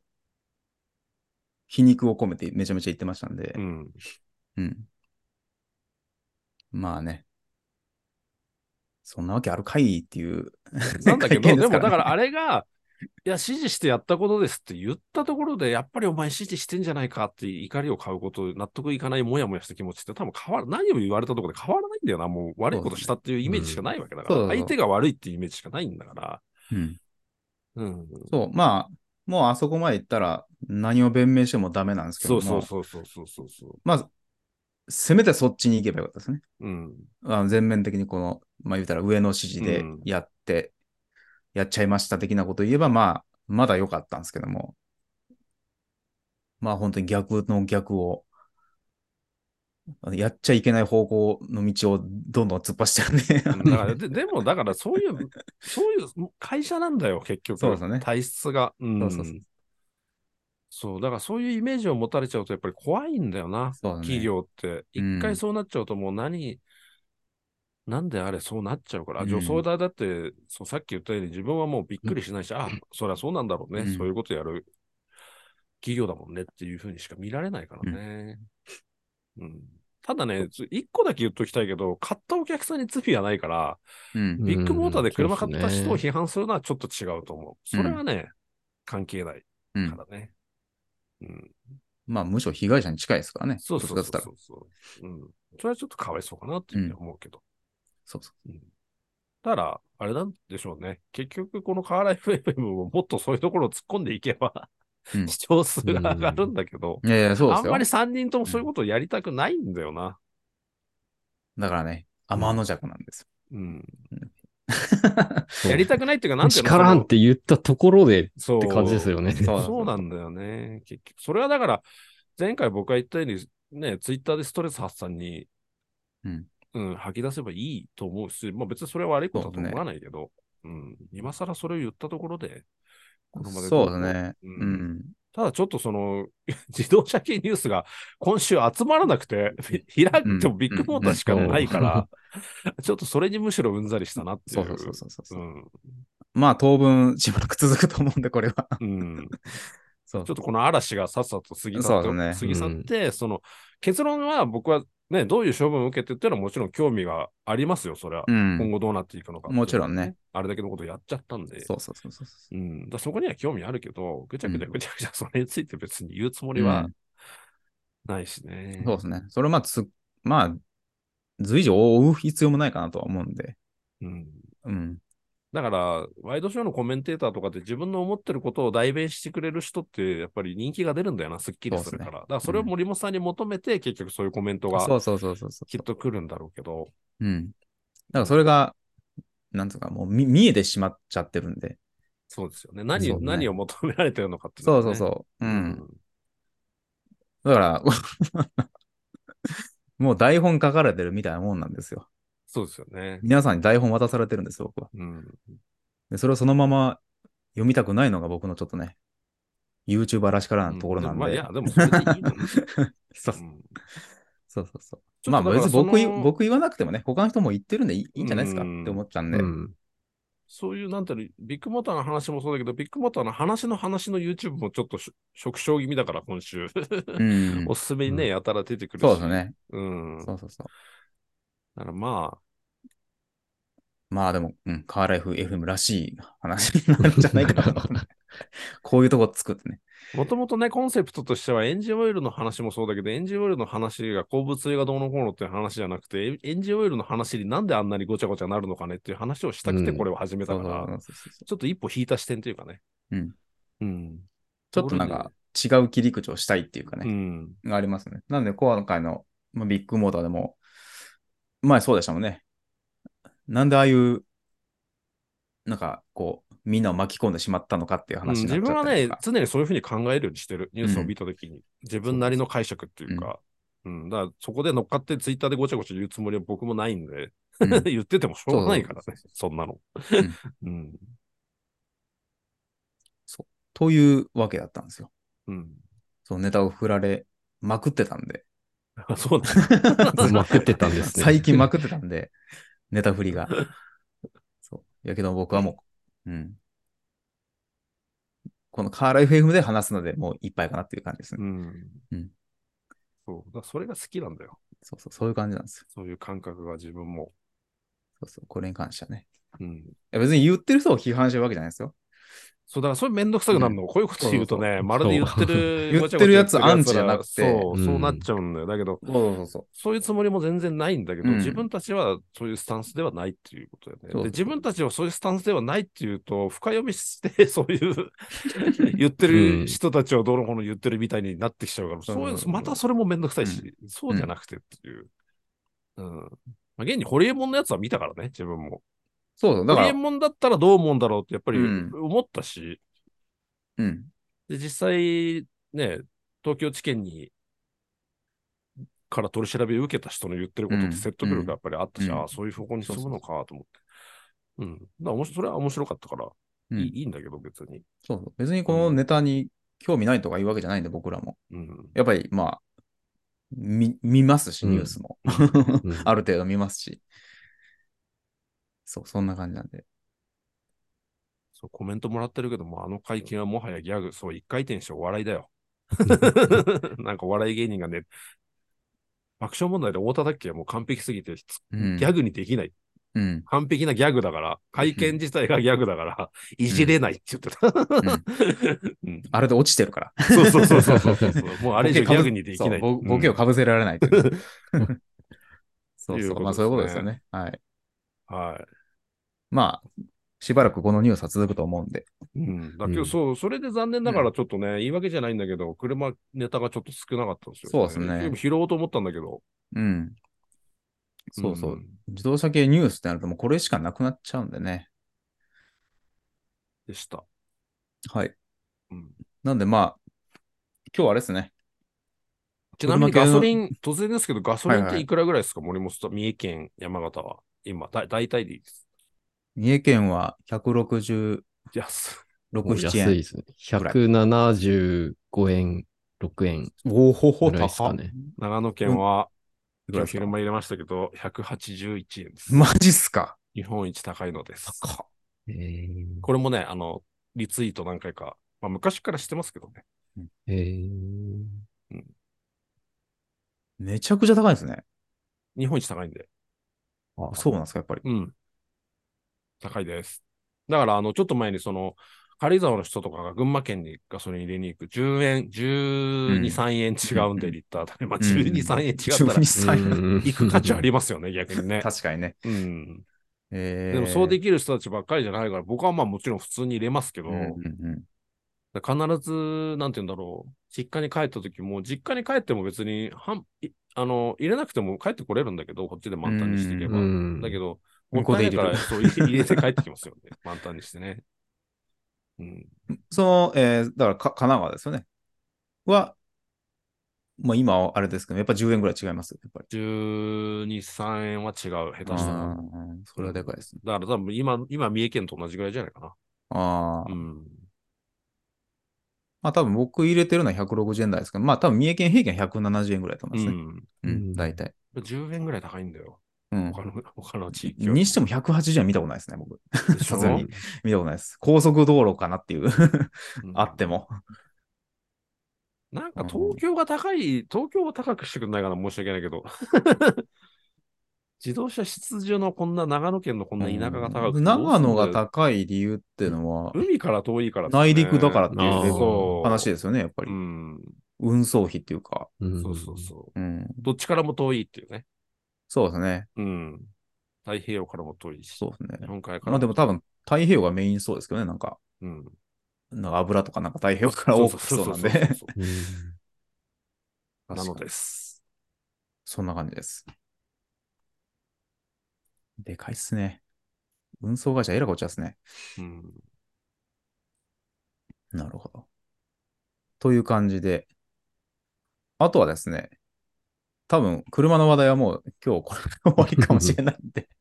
皮肉を込めてめちゃめちゃ言ってましたんでう、んうん。まあね。そんなわけあるかいっていう。なんだけ会 *laughs* ど、見ですもだねからあれが、いや、指示してやったことですって言ったところで、やっぱりお前指示してんじゃないかって怒りを買うこと、納得いかないもやもやした気持ちって多分変わる。何を言われたところで変わらないんだよな。もう悪いことしたっていうイメージしかないわけだかそうら。そうそう相手が悪いっていうイメージしかないんだから。うん。うん。そう、まあ、もうあそこまで行ったら何を弁明してもダメなんですけどそも、うそうそうそうそうそうそまあ、せめてそっちに行けばよかったですね。う。うん。あの全面的にこの、まあ言うたら上の指示でうんやって、やっちゃいました的なことを言えば、まあ、まだ良かったんですけども、まあ本当に逆の逆を、あのやっちゃいけない方向の道をどんどん突っ走ってるだね。から、ででも、だから、そういう、そういう会社なんだよ、結局。そうですね体質が。うん。そうそうそうそうだから、そういうイメージを持たれちゃうと、やっぱり怖いんだよな。そうだね企業って、うん一回そうなっちゃうともう何、なんであれそうなっちゃうから、うん女装代だって、そうさっき言ったように自分はもうびっくりしないし、あ、そりゃそうなんだろうね、うんそういうことやる企業だもんねっていうふうにしか見られないからね。うんただね、つ一個だけ言っときたいけど、買ったお客さんに罪はないから、うん。ビッグモーターで車買うんった人そうをっすね批判するのはちょっと違うと思う。それはね、関係ないうんからね。うんまあ、むしろ被害者に近いですからね。そうそうどっそうちかっそつったらうそう、うん。それはちょっとかわいそうかなっていうふうに思うけど。そうそうただ、あれなんでしょうね。結局、このカーライフ FM ももっとそういうところを突っ込んでいけば、うん視聴数が上がるんだけど、いやいや、そうであすんよまり。3人ともそういうことをやりたくないんだよな。だからね、天の弱なんですうん。そうやりたくないっていうか、なんていうの力んって言ったところでっそうて感じですよね。よ。そうなんだよね。結局。それはだから、前回僕が言ったように、ね、ツイッターでストレス発散に、うんうん吐き出せばいいと思うし、まあ別にそれは悪いことだと思わないけど、うん、今更それを言ったところで、このまでそうだね。ううんん。ただちょっとその、 *laughs* 自動車系ニュースが今週集まらなくて、ひ開いてもビッグモーターしかないから、ちょっとそれにむしろうんざりしたなってい。そううそうそうそうそう。うんまあ、当分、しばらく続くと思うんで、これは。うんそうちょっとこの嵐がさっさと過ぎ去そっうて、だね過ぎ去って、その結論は僕はね、どういう処分を受けてっていうのはもちろん興味がありますよ、それは。うん。今後どうなっていくのか、もちろんね。あれだけのことやっちゃったんで。そうそうそうそうそう。うん、だからそこには興味あるけど、ぐちゃぐちゃうんぐちゃぐちゃそれについて別に言うつもりはないしね。そうですね。それをまあつ、まあ、随時追う必要もないかなとは思うんで。うんうん。だから、ワイドショーのコメンテーターとかって自分の思ってることを代弁してくれる人って、やっぱり人気が出るんだよな、すっきりするから。そうですねだから、それを森本さんに求めて、結局そういうコメントがそうそうそうそうそう。きっと来るんだろうけど。うん。だからそれが、なんつうか、もう見見えてしまっちゃってるんで。そうですよね。何、そうね何を求められてるのかっていうのそはうね、そうそう。うん。ん。だから、 *laughs* もう台本書かれてるみたいなもんなんですよ。そうですよね。皆さんに台本渡されてるんです、僕は。うん。でそれをそのまま読みたくないのが僕のちょっとね、YouTuber らしからうなんところなんで。まあ、いや、でもそれ *laughs* でいいのに。そううんそうそうそう。ちょっとまあだから別にその僕い僕言わなくてもね、他の人も言ってるんでいいいいんじゃないですかっうんて思っちゃうんうで。ん。そういう、なんていうの、ビッグモーターの話もそうだけど、ビッグモーターの話の話の YouTube もちょっとし縮小気味だから、今週。うんおすすめにね、やたら出てくるし。そうですね。うん。そうそうそう。だからままあでも、うん、カーライフ FM らしい話になるんじゃないかなと。 *laughs* こういうとこ作ってね。あ、もともとね、コンセプトとしては、エンジンオイルの話もそうだけど、エンジンオイルの話が鉱物性がどうのこうのっていう話じゃなくて、エンジンオイルの話になんであんなにごちゃごちゃなるのかねっていう話をしたくて、うんこれを始めたそうそかうら、そうそうそうちょっと一歩引いた視点というかね。うん。うん。ちょっとなんか違う切り口をしたいっていうかうね、ん。がありますね。なので今回のまあビッグモーターでも、前そうでしたもんね。なんでああいう、なんかこう、みんなを巻き込んでしまったのかっていううん話にな自っち分ゃはったりねとか、。常にそういうふうに考えるようにしてる。ニュースを見たときに、自分なりの解釈っていうか、うん、だからそこで乗っかってツイッターでごちゃごちゃ言うつもりは僕もないんで、うん言っててもしょうがないからそうねそう、そんなの。 *laughs* うん。というわけだったんですよ。うん。 *laughs* そのネタを振られまくってたんで。あそうなんだまくってたんですね。最近まくってたんで、ネタ振りが。そう。やけど僕はもう、うん。このカーラ FM で話すのでもういっぱいかなっていう感じですね。うん。うんそう。だからそれが好きなんだよ。そうそう、そういう感じなんですよ。そういう感覚が自分も。そうそう、これに関してはね。うん。いや別に言ってる人を批判してるわけじゃないですよ。そう、だからそれめんどくさくなるの。こういうこと言うとね、そうまるで言ってる、そうごち言ゃごちゃってるやつアンチじゃなくてそう、うんそうなっちゃうんだよ。だけど、そうそうそそういうつもりも全然ないんだけど、うん自分たちはそういうスタンスではないっていうことだよね。そうそうで自分たちはそういうスタンスではないっていうと、深読みして、 *laughs* そういう言ってる人たちをどうのこうの言ってるみたいになってきちゃうから、そうそういそうそううまたそれもめんどくさいし、そうじゃなくてっていう。うん。まあ、現にホリエモンのやつは見たからね、自分も。そうそう、だホかリエら、モンだったらどう思うんだろうってやっぱりうん思ったし、うん。で、実際、ね、東京地検に、から取り調べを受けた人の言ってることっうんて説得力がやっぱりあったし、うんああ、そういう方向に進むのかと思って。うん。だから面白それは面白かったから、うんいいいいんだけど、別に。そうそう別にこのネタに興味ないとかいうわけじゃないんで、僕らも。うん。やっぱり、まあ、見、見ますし、うんニュースも。うん *laughs* ある程度見ますし。そう、そんな感じなんで。そう、コメントもらってるけども、あの会見はもはやギャグ、そう、一回転してお笑い *laughs* だよ。 *laughs* なんかお笑い芸人がね、爆笑問題で太田だっけはもう完璧すぎて、つうん。ギャグにできない。うん。完璧なギャグだから、会見自体がギャグだから、いじれないって言ってた。うんあれで落ちてるから。 *laughs* そうそうそうそうそうそう。もうあれ以上ギャグにできなそうい。ボボケをうんかぶせられないと *laughs* いうそういうそこう。とまあ、そういうことですよですね。はい。はまあ、しばらくこのニュースは続くと思うんで。い。うん。だけど、そう、それで残念ながらちょっとね、言い訳じゃないんだけど、車ネタがちょっと少なかったんですよ、そうですねでも拾おうと思ったんだけど。うん。そうそう。ん自動車系ニュースってなると、もうこれしかなくなっちゃうんでね。でした。はい。うんなんで、まあ、今日はあれですね。ちなみにガソリン。ン、突然ですけど、ガソリンっはいはていいくらぐらいですか、森本さん、三重県、山形は。今、だ大体でいいです。三重県は166、安もう7安い円。ですね。175円、6円。おおほほ、ぐらいです高かっね長野県は、いくらで今日すか昼間入れましたけど、181円です。マジっすか。日本一高いのです。高っえーこれもね、あの、リツイート何回か、まあ、昔からしてますけどね。えーめちゃくちゃ高いですね。日本一高いんで。あ、そうなんですか、 *laughs* やっぱり。うん。高いです。だから、あの、ちょっと前に、その、軽井沢の人とかが群馬県にガソリン入れに行く、10円、12、うん3円違うんで、リッター当たり前。まあ、うん12、3円違12ったら、歳うん行く価値ありますよね、逆にね。 *laughs* 確かにね。うん。えーでも、そうできる人たちばっかりじゃないから、僕はまあ、もちろん普通に入れますけど、うんうんうんだから必ず、なんて言うんだろう、実家に帰った時も、実家に帰っても別に半いあの、入れなくても帰ってこれるんだけど、こっちで満タンにしていけば。うんだけど、向もっこうたいでない *laughs* から、そう入れ入れて帰ってきますよね。満タンにしてね。うん。その、えーだからか、神奈川ですよね。は、まあ今はあれですけど、やっぱ10円ぐらい違います。やっぱり。 12、3円は違う、下手したあら。ーうんそれはでかいですね。だから多分今、今、三重県と同じぐらいじゃないかな。ああ。うん。まあ多分僕入れてるのは160円台ですけど、まあ多分三重県平均は170円ぐらいだと思ういますね。ん。う、うんん大体。 10円ぐらい高いんだよ。うん。他の、 *laughs* 他の地域よりにしても180円見たことないですね、僕。でしょさすがに見たことないです。高速道路かなっていう、うん *laughs* あっても。なんか東京が高い、東京を高くしてくんないかな、申し訳ないけど。自動車出場のこんな長野県のこんな田舎が高くて、うん長野がい。高い理由っていうのは、海から遠いから、内陸だからってあいーうそう話ですよね、やっぱうり。ん。運送費っていうか。うんそうそうそう。うん。どっちからも遠いっていうね。そうですね。うん。太平洋からも遠いし。そうです日ね。本海からまあでも多分、太平洋がメインそうですけどね、なんか。うん。なんか油とかなんか太平洋から多く来そうなんそうそうでそう。そううんなの確かにです。そんな感じです。でかいっすね。運送会社、えらこっちゃですね。うん。なるほど。という感じで。あとはですね、多分、車の話題はもう今日これで終わりかもしれないんで。 *laughs*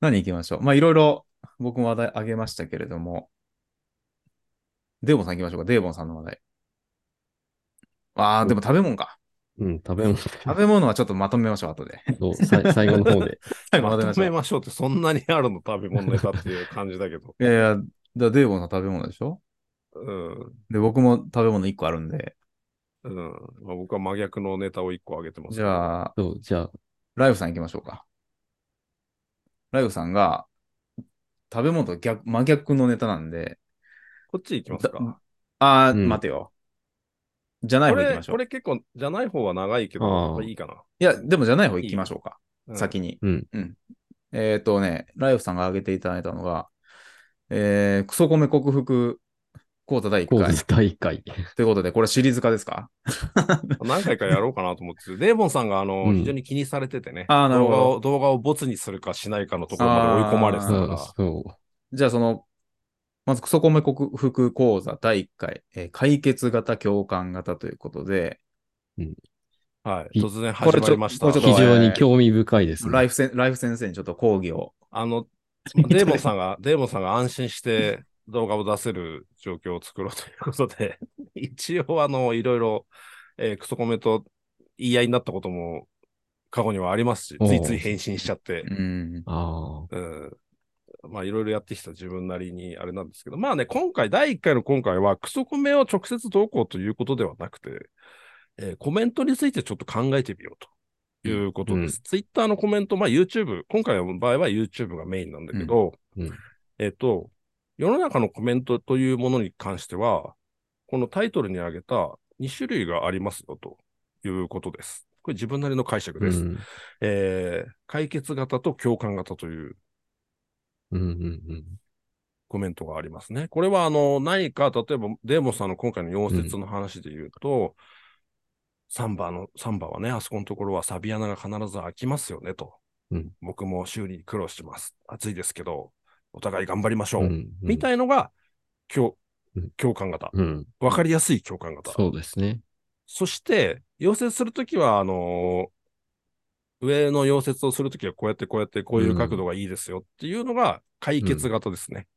何行きましょう。まあ、いろいろ僕も話題あげましたけれども。デーボンさん行きましょうか。デーボンさんの話題。ああ、でも食べ物か。うん、食べ物食べ物はちょっとまとめましょう、後で。とさ *laughs* い最後の方で。最後まとめままとしょめう。ましょうって、そんなにあるの食べ物ネタっていう感じだけど。いやいや、だからデーボンさん食べ物でしょうん。で、僕も食べ物1個あるんで。うん。まあ、僕は真逆のネタを一個上げてます。じゃあ、そう、じゃあ、ライフさん行きましょうか。ライフさんが、食べ物と逆、真逆のネタなんで、こっち行きますか。だあー、うん待てよ。じゃないこ方行きれ、ましょこう。れ結構、じゃない方は長いけああど、これいいかな。いや、でもじゃない方行きましょうか。うん先に。うん。えっ、とね、ライフさんが挙げていただいたのが、えー、クソコメ克服講座第コ1ー回。ズ大会。ということで、これシリーズ化ですか何回かやろうかなと思ってて、 *laughs* デーボンさんがあの、うん非常に気にされててね、あーなるほど動画を動画をボツにするかしないかのところまで追い込まれてたあうかんら、そう。じゃあ、その、まずクソコメ克服講座第1回、えー解決型共感型ということで、はい、い突然これ始ちょまりましこれたちょ。っと非常に興味深いですね。ライフせんライフ先生にちょっと講義をあ *laughs* の、デーボンさんが、デーボンさんが安心して動画を出せる状況を作ろうということで、 *laughs* 一応あの、いろいろ、えークソコメと言い合いになったことも過去にはありますし、おうついつい返信しちゃって、うん。ああ。うんまあいろいろやってきた自分なりにあれなんですけど、まあね、今回、第1回の今回は、クソコメを直接どうこうということではなくて、えーコメントについてちょっと考えてみようということです。ツイッターのコメント、まあ YouTube、今回の場合は YouTube がメインなんだけど、うんうんえっ、と、世の中のコメントというものに関しては、このタイトルに挙げた2種類がありますよということです。これ自分なりの解釈うです。ん。えー解決型と共感型といううんうんうん。コメントがありますね。これは、あの、何か、例えば、デーモンさんの今回の溶接の話で言うと、サンバの、サンバはね、あそこのところはサビ穴が必ず開きますよね、と。うん僕も修理に苦労してます。暑いですけど、お互い頑張りましょう。うんうんみたいのが、共うん共感型。うん。わかりやすい共感型。そうですね。そして、溶接するときは、あのー上の溶接をするときは、こうやってこうやって、こういう角度がいいですよっていうのが解決型ですね。うん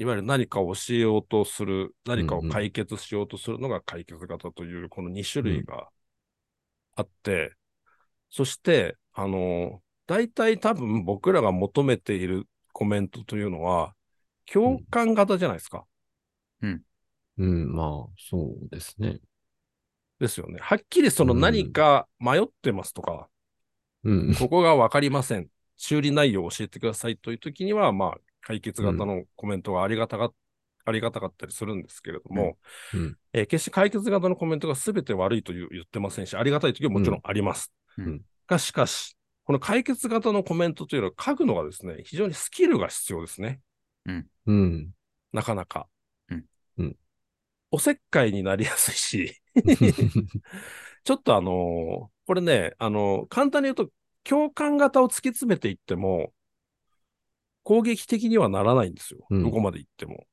いわゆる何かを教えようとする、何かを解決しようとするのが解決型という、この2種類があって、そして、あの、大体多分僕らが求めているコメントというのは、共感型じゃないですか。うん、まあ、そうですね。ですよね。はっきりそのうん何か迷ってますとか、うん。ここがわかりません。修理内容を教えてくださいというときには、まあ、解決型のコメントがありがたが、ありがたかったりするんですけれども、うんうんえー決して解決型のコメントが全て悪いという言ってませんし、ありがたいときはもちろんあります。うんうんが、しかし、この解決型のコメントというのは書くのがですね、非常にスキルが必要ですね。 *laughs* うん。なかなか。うんうんおせっかいになりやすいし、ちょっとあのーこれね、あのー簡単に言うと、共感型を突き詰めていっても、攻撃的にはならないんですよ。うんどこまでいっても。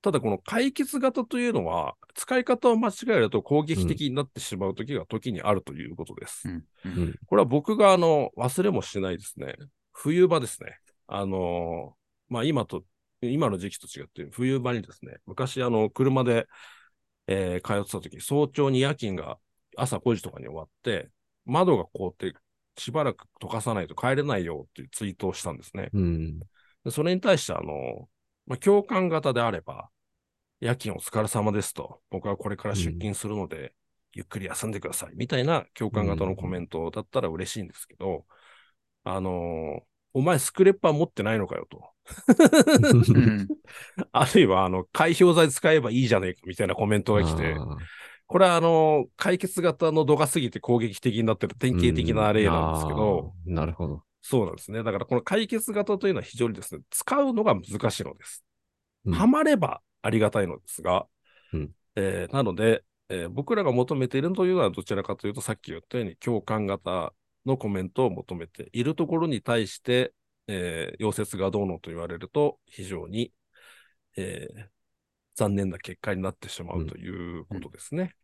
ただ、この解決型というのは、使い方を間違えると攻撃的になってしまう時が時にあるということです。うんんこれは僕があの忘れもしないですね。冬場ですね。あのーまあ、今と、今の時期と違って、冬場にですね、昔、あの、車で、えー通ってた時、早朝に夜勤が朝5時とかに終わって、窓が凍って、しばらく溶かさないと帰れないよっていうツイートをしたんですね。 *laughs* うん。 *laughs* でそれに対して、あの、まあ、共感型であれば、夜勤お疲れ様ですと、僕はこれから出勤するので、ゆっくり休んでください、みたいな共感型のコメントだったら嬉しいんですけど、あの、お前スクレッパー持ってないのかよと。 *laughs* うんあるいは、あの、解氷剤使えばいいじゃねえか、みたいなコメントが来て、あこれはあの、解決型の度が過ぎて攻撃的になってる典ー型的な例なんですけど、。うんあーなるほど。そうなんですね。だからこの解決型というのは非常にですね、使うのが難しいのです。うんハマればありがたいのですが、うんえーなので、えー僕らが求めているというのはどちらかというと、さっき言ったように共感型のコメントを求めているところに対して、えー、溶接がどうのと言われると、非常に、えー残念な結果になってしまうということですね。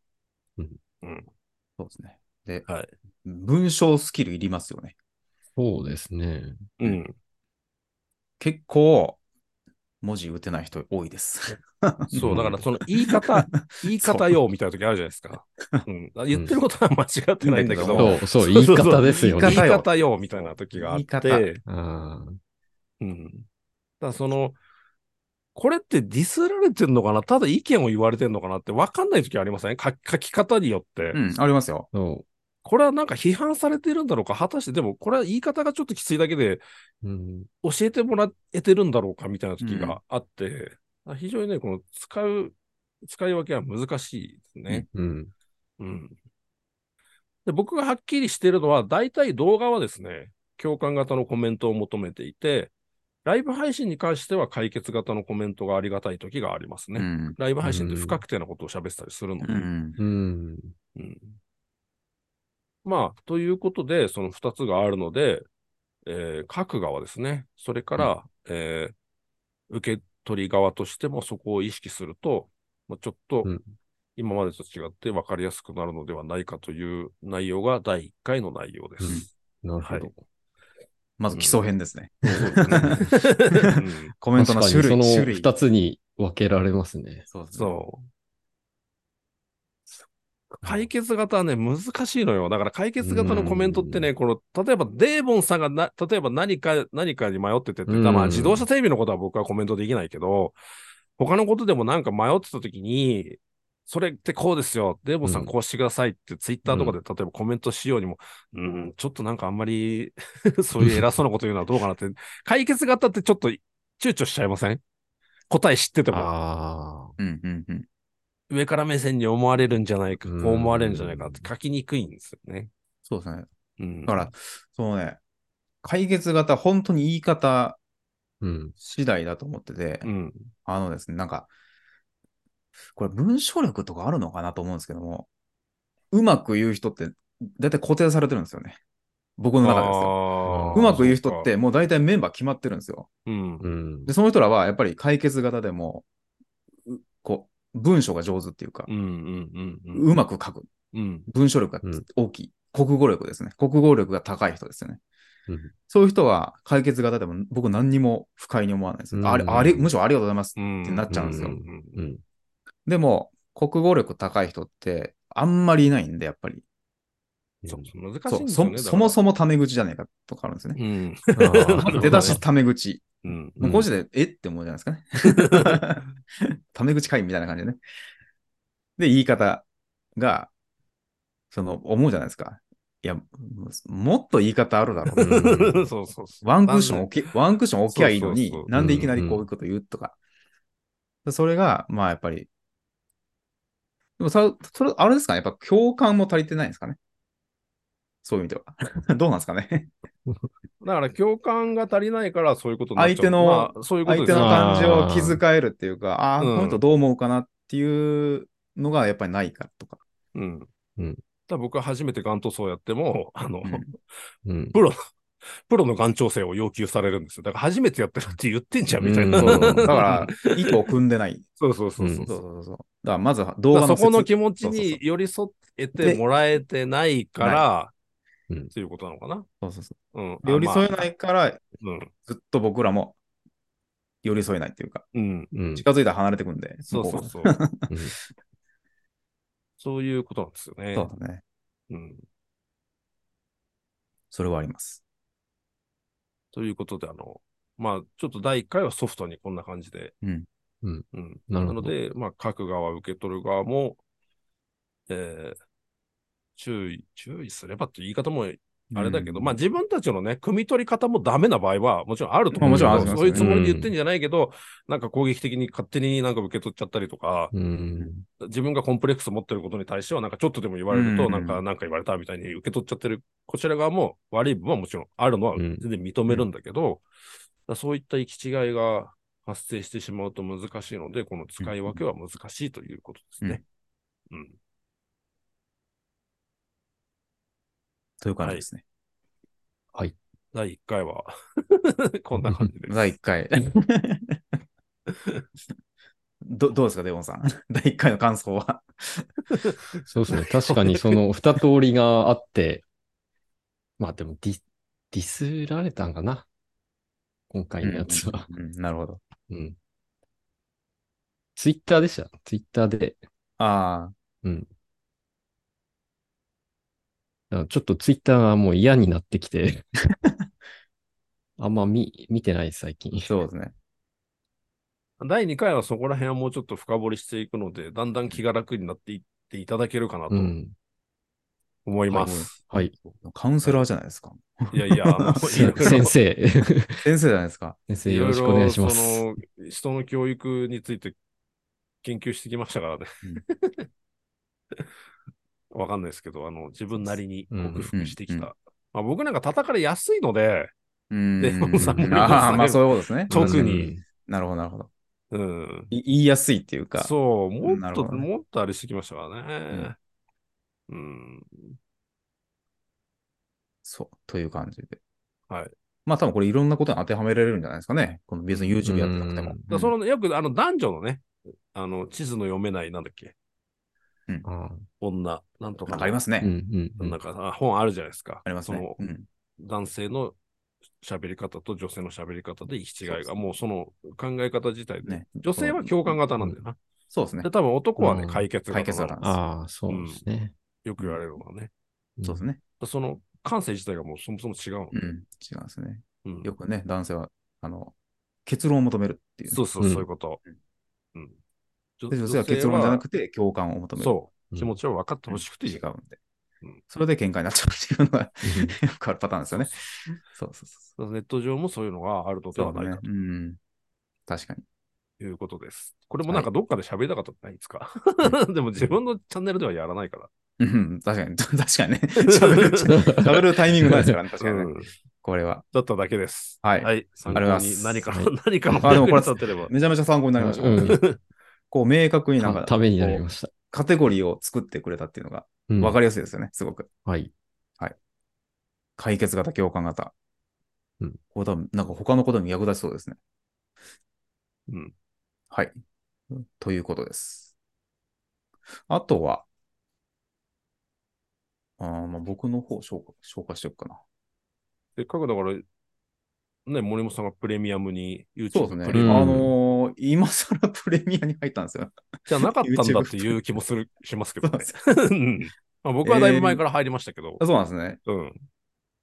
そうですね。で、はい文章スキルいりますよね。そうですね。うん。結構、文字打てない人多いです。そう、だからその言い方、言い方よみたいな時あるじゃないですか。うん、言ってることは間違ってないんだけど、そそう、そう、そ言ういそうそう方ですよ言い方ね。言いよ方よみたいな時があっ言て、あうん。だからその、これってディスられてるのかなただ意見を言われてるのかなって分かんない時ありません書き書き方によって、うん、ありますよ。ーそこれはなんか批判されてるんだろうか果たして、でもこれは言い方がちょっときついだけでう。うん。教えてもらえてるんだろうかみたいな時があって、だから非常にね、この使う、使い分けは難しいですね。うん。うんで僕がはっきりしているのは、大体動画はですね、共感型のコメントを求めていて、ライブ配信に関しては解決型のコメントがありがたい時がありますね。うん。ライブ配信って不確定なことを喋ってたりするので。うん。うん。うんまあ、ということで、その2つがあるので、えー書く側ですね。それから、えー受け取り側としてもそこを意識すると、まあ、ちょっとうん今までと違って分かりやすくなるのではないかという内容が第1回の内容です。なるほど。まず基礎編ですね。そ *laughs* うですねうんコメントの種確か類、に種その類。二つに分けられますね。そうですねそう。解決型はね、難しいのよ。だから解決型のコメントってね、この、例えばデーボンさんがな、例えば何か、何かに迷っててって言ったら、うんまあ自動車整備のことは僕はコメントできないけど、他のことでもなんか迷ってた時に、それってこうですよ。デーボンさんこうしてくださいって、ツイッターとかで例えばコメントしようにも、うん、ちょっとなんかあんまり、 *laughs* そういう偉そうなこと言うのはどうかなって、解決型ってちょっと躊躇しちゃいません答え知ってても。ああ。うんうんうん。上から目線に思われるんじゃないか、こうんう思われるんじゃないかって書きにくいんですよね。そうですね。うん。だから、そうね、解決型、本当に言い方うん。次第だと思ってて、うん。あのですね、なんか、これ文章力とかあるのかなと思うんですけども、うまく言う人って、大体固定されてるんですよね。僕の中でですよ。あーうまく言う人っ、そて、もう大体メンバー決まってるんですよ。かうん。うんで、。その人らは、やっぱり解決型でも、うこう、文章が上手っていうかう、んうんうんうん。うまく書く。うん。文章力がうん大きい。国語力ですね。国語力が高い人ですよね。うんそういう人は解決型でも僕何にも不快に思わないです。うんあれ、あれ、むしろありがとうございます。うん。ってなっちゃうんですよううん。でも、国語力高い人ってあんまりいないんで、やっぱり。ん。そうそう難しいそんうそですよね。そもも。そもタメ口じゃないかとかあるんですよね。うん。あー出だし、タメ口。 *laughs* うん。うんもうこの時点で、えって思うじゃないですか *laughs* ね。タメ口会みたいな感じでね。で、言い方が、その、思うじゃないですか。いや、もっと言い方あるだろうう。んそうそうそう。ワンクッションなんで置き、ワンクッション置きゃいいのにそうそうそ、うなんでいきなりこういうこと言うとか。それが、まあやっぱり、でもさ、それ、あれですかね、やっぱ共感も足りてないんですかね。そういう意味では。 *laughs* どうなんですかね。だから共感が足りないからそういうことになっちゃう相手のまあそういうこ相とです手よのね感情を気遣えるっていうか、ああー、うんこの人どう思うかなっていうのがやっぱりないからとか。うん。うんだから僕は初めてガン塗装やっても、あの、うんうん。プロのがん調整を要求されるんですよ。だから初めてやってるって言ってんじゃ *laughs* んみたいな。うんそうそうだ *laughs* から、意図を組んでない。そうそうそうそう。そうだかそうそう。だから、まずは動画らのそこの説気持ちそうそうにそ寄り添えてもらえてないから、ないうんっていうことなのかな。そうそうそうん。う寄り添えあないから、まあずっと僕らも寄り添えないっていうか、うん。うん。うん。近づいたら離れてくんで、そうそ向うこそう。うんそういうことなんですようね。がそうだね。うん。それはあります。ということで、あの、まあ、ちょっと第1回はソフトにこんな感じで。うん。うん。うん。ななるほのど。で、まあ、書く側、受け取る側も、えー注意、注意すればっていう言い方もあれだけど、まあ自分たちのね、汲み取り方もダメな場合は、もちろんあると思う。まあもちろんありますそういうつもりで言うんってんじゃないけど、なんか攻撃的に勝手になんか受け取っちゃったりとか、うん。自分がコンプレックス持ってることに対しては、なんかちょっとでも言われると、うんなんか、なんか言われたみたいに受け取っちゃってる、こちら側も悪い部分はもちろんあるのはうん全然認めるんだけど、だからそういった行き違いが発生してしまうと難しいので、この使い分けは難しいということですね。うん。という感じですね。はい。第1回は、 *laughs* こんな感じです。第1回。 *laughs* どどうですか、デボンさん。 *laughs* 第1回の感想は。そうですね。確かにその二通りがあって、まあでもディディスられたんかな。今回のやつは。うん、なるほど。うん。ツイッターでした。ツイッターで。あうん。だからちょっとツイッターがもう嫌になってきて。 *laughs* あんま見、見てないです最近あ、。そうですね。第2回はそこら辺はもうちょっと深掘りしていくので、だんだん気が楽になっていっていただけるかなとうん。思います。はい。カウンセラーじゃないですか。いやいや、あのいろいろ先生。 *laughs* 先生じゃないですか。先生よろしくお願いします。ろいろその人の教育について研究してきましたからね。わかんないですけど、あの、自分なりに克服してきうんうんた。まあ、僕なんか叩かれやすいので、うんデボンさんもあ *laughs* あ、まあそういうことですね。特になるほど、なるほど。うん。い言いやすいっていうか。そう、もなっると、ほどねもっとあれしてきましたからね。うん。そう、という感じで。はい。まあ多分これいろんなことに当てはめられるんじゃないですかね。この別に YouTube やってなくてもうん。だからその、よくあの男女のね、あの、地図の読めない、なんだっけ、うんあ女、なんとかわの。かりますね。ーうんうんなんかあ本あるじゃないですか。ありますね。そのうん男性の喋り方と女性の喋り方で行き違いそうそが、もうその考え方自体で、ね女性は共感型なんだよな。そうですねで、。多分男はね、うん解決解型決型ななんのですああ、そうですね。よく言われるのはね。そうですね。だその感性自体がもうそもそも違うのう。ん。違うんですね。うんよくね、男性は、あの、結論を求めるっていうね。そうそう、うそんういうこと。うんで女性は結論じゃなくて共感を求める。そう、うん気持ちを分かってほしくて違うんでうん。それで喧嘩になっちゃうっていうのがうんよくあるパターンですよね。そうそうそネット上もそういうのがあるのう。でそはうだないねか。うん。確かに。ということです。これもなんかどっかで喋りたかったんじゃないです *laughs* か。でも自分のチャンネルではやらないから。うん、確かに。 *laughs* 確かにね。喋る、喋るタイミングないですからね。確かにね。うんこれは。だっただけです。はいはい。参考ありがとうございまにす何かはの、 *laughs* 何かのあでもこれ役に立てれば。めちゃめちゃ参考になりました。うんこう、明確になんかた、ためになりこました。うカテゴリーを作ってくれたっていうのがうん分かりやすいですよね、すごく。はい。解決型、共感型。うんこれ多分、なんか他のことにも役立ちそうですね。うんはい。ということです。あとは、あーまあ僕の方紹介紹介しておくかな。せっかくだから、ね、森本さんがプレミアムにそうです YouTube ね。プあレミアムうんのー今更プレミアに入ったんですよ。じゃなかったん *laughs* だ YouTube っていう気もする、しますけどそうで。ねすうんまあ僕はだいぶ前から入りましたけどあ。そうなんですね。うん。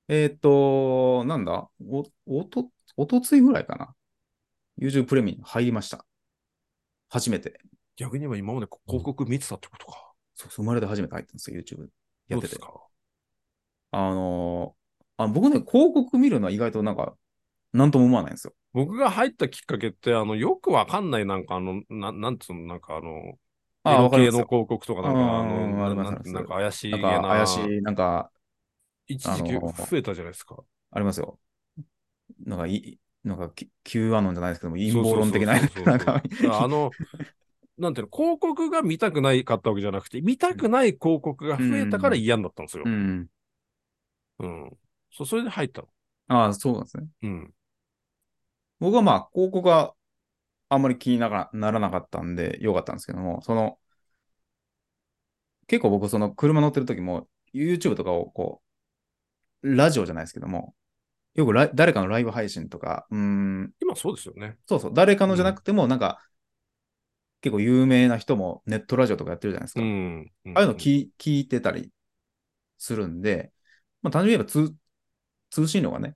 えーっ、と、なんだお、おと、おとついぐらいかな。YouTube プレミアに入りました。初めて。逆に言えば今まで広告見てたってことか。そうそう生まれて初めて入ったんですよ、YouTube やどっうでててす。かあのーあ、僕ね、広告見るのは意外となんか、なんとも思わないんですよ。僕が入ったきっかけって、あの、よくわかんない、なんか、あの、ななんつうの、なんか、あの、あエロわかりま系すのよ広告とか、なんか、あうのん、わかりなますなんてなんか怪しいなげんな。か怪しい、なんか、一時期あのー増えたじゃないですか。ありますよ。なんか、い、なんか、キ Q アノンじゃないですけども、陰謀論的な、そうそうそうそなうんか、だからあの、 *laughs* なんていうの、広告が見たくないかったわけじゃなくて、見たくない広告が増えたから嫌になったんですよ *laughs* う。ん。うん。そう、それで入ったの。ああ、そうなんですね。うん。僕はまあ、広告があんまり気にならならなかったんで、よかったんですけども、その、結構僕、その、車乗ってる時も、YouTube とかをこう、ラジオじゃないですけども、よくライ誰かのライブ配信とか、うーん、今そうですよね。そうそう、誰かのじゃなくても、なんか、結構有名な人もネットラジオとかやってるじゃないですか。うん。ああいうの聞聞いてたりするんで、まあ、単純に言えば通通信量がね、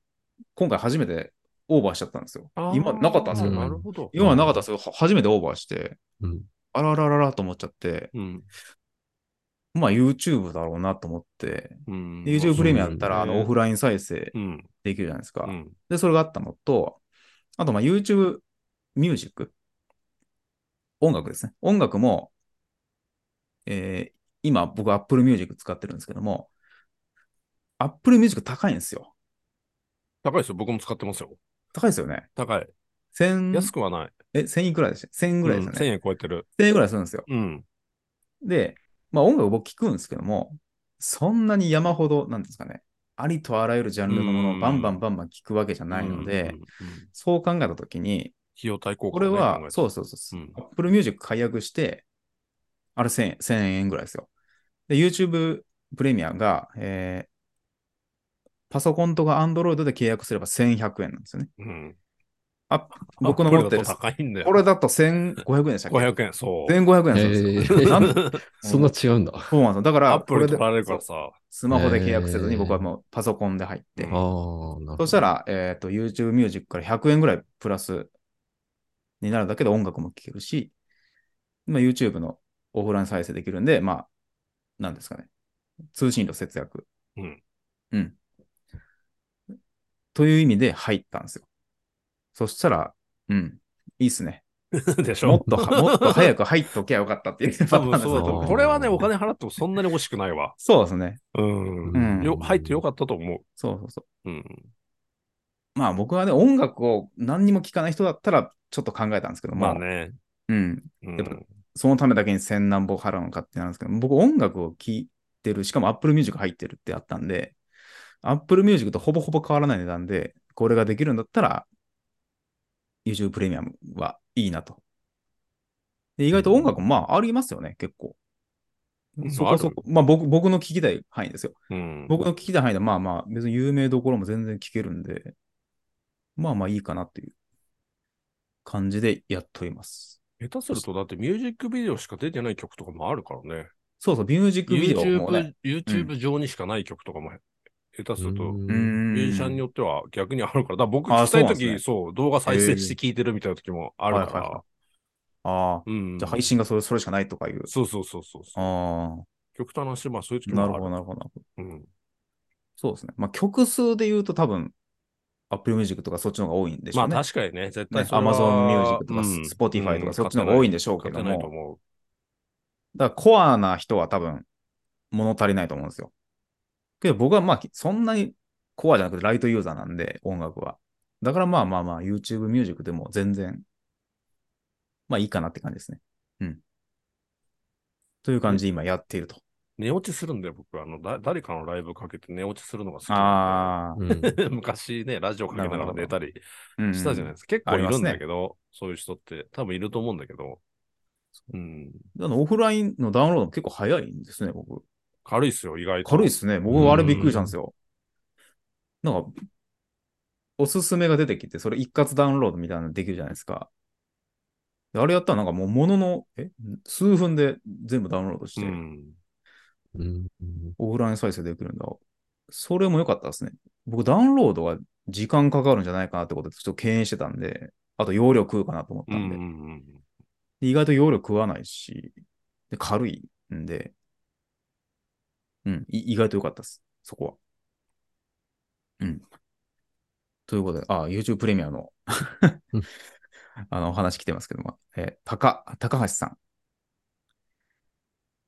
今回初めてオーバーしちゃったんですよ。あー今までなかったんですけど、うんなるほど。今までなかったんですけど、は初めてオーバーして、うんあららららと思っちゃって、うん。まあ YouTube だろうなと思って、うん。で YouTube プレミアムだったうんら、あの、オフライン再生うん。できるじゃないですか。うん。で、それがあったのと、あと、まあ YouTube ミュージック。音楽ですね。音楽も、えー今僕 Apple Music 使ってるんですけども、Apple Music 高いんですよ。高いですよ。僕も使ってますよ。高いですよね。高い。千安くはない。え、1000いくらでした ?1000 円ぐらいですようん1000ね。円超えてる。 1000円ぐらいするんですよ。うん。で、まあ音楽僕聞くんですけども、そんなに山ほど、なんですかね、ありとあらゆるジャンルのものうをんバンバンバンバン聞くわけじゃないのうんでうん、うんそう考えたときに、費用対効果こね、れは、考えてそうそうそう、うん Apple Music 解約して、あれ1000 1000円ぐらいですよ。で、YouTube プレミアが、えーパソコンとか Android で契約すれば1100円なんですよね。うん、あ僕の持ってるアッ、プルだと高いんだよ。これだと1500円でしたっけ500円、そう。 1500円なんですよ。ええなんー *laughs* そんなうん違うんだ。そうなんですよ。だから、アップルこ取られるかでらさ。スマホで契約せずに僕はもうパソコンで入って、うんああ、なるほそど。したら、えっ、と、YouTube Music から100円ぐらいプラスになるだけで音楽も聴けるし、まあ、YouTube のオフライン再生できるんで、まあ、なんですかね。通信量節約。うん。うん。という意味で入ったんですよ。そしたら、うん、いいっす *laughs* ね。でしもょっとは、もっと早く入っときゃよかったっていうパター多ンで分すそうだと思う。あーこれはね、お金払ってもそんなに惜しくないわ。そうですね。うん。うんよ入ってよかったと思。そうそうそううん。う。まあ僕はね、音楽を何にも聴かない人だったら、ちょっと考えたんですけども、まあね。うん、うんやっぱそのためだけに千何本払うのかってなんですけど、僕音楽を聴いてる、しかも Apple Music 入ってるってあったんで、Apple Music とほぼほぼ変わらない値段で、これができるんだったら、YouTube プレミアムはいいなと。で意外と音楽もまあありますよね、結構。うんそこそこ、まあ僕僕の聞きたい範囲ですよ。うん。僕の聞きたい範囲でまあまあ別に有名どころも全然聞けるんで、まあまあいいかなっていう感じでやっております。下手すると、だってミュージックビデオしか出てない曲とかもあるからね。そうそう、ミュージックビデオもね。 YouTube、YouTube 上にしかない曲とかも、下手すると、ミううーんんュージシャンによっては逆にあるから。だから僕あ聞きそたいうなんです時、ねそう、動画再生して聞いてるみたいな時もあるはいはいはかああ、ら。うん。じゃあ配信がそれそれしかないとかいう。そうそうそうそう。ああ、極端な話、まあそういう時もあなるる。ほど、なるほど。なるほどうん。そうですね。まあ曲数で言うと多分、Apple Music とかそっちの方が多いんでしまょうあね。確かにね、絶ね対それは Amazon Music とかうん Spotify とうかんそっちの方が多いんでしょうけど勝てないとも、思だからコアな人は多分物足りないと思うんですよ。けど僕はまあそんなにコアじゃなくてライトユーザーなんで音楽は。だからまあまあまあ YouTube Music でも全然まあいいかなって感じですね。うん。という感じで今やっていると。う。寝落ちするんだよ、僕。あの、だ誰かのライブかけて寝落ちするのが好きなんああ。うんで。 *laughs* 昔ね、ラジオかけながら寝たりうんしたじゃないですか。結構いるんだけど、そういう人って多分いると思うんだけど。うん。あのオフラインのダウンロードも結構早いんですね、僕。軽いっすよ、意外と。軽いっ。ですすね。僕、あれびっくりしたんですよ。なんか、おすすめが出てきて、それ一括ダウンロードみたいなのできるじゃないですか。であれやったらなんかもうものの、え数分で全部ダウンロードしうて、ん。うんオフライン再生できるんだ。それも良かったですね。僕、ダウンロードは時間かかるんじゃないかなってことで、ちょっと敬遠してたんで、あと容量食うかなと思ったうんんでう、んうん。意外と容量食わないし、で軽いんで、うん、い意外と良かったです。そこは。うん。ということで、あ、YouTube プレミアムのうん *laughs* あの、お話来てますけども、えー、高、高橋さん。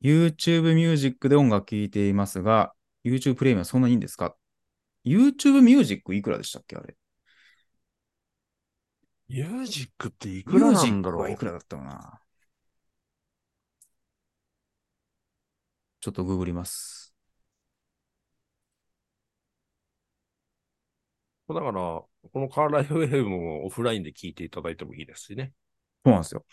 YouTube ミュージックで音楽聴いていますが、YouTube プレミアムそんなにいいんですか ?YouTube ミュージックいくらでしたっけあれ。ミュージックっていくらなんミュだろージックはいうく。らだったかなちょっとググります。だから、このカーライフ FM もオフラインで聞いていただいてもいいですしね。そうなんですよ。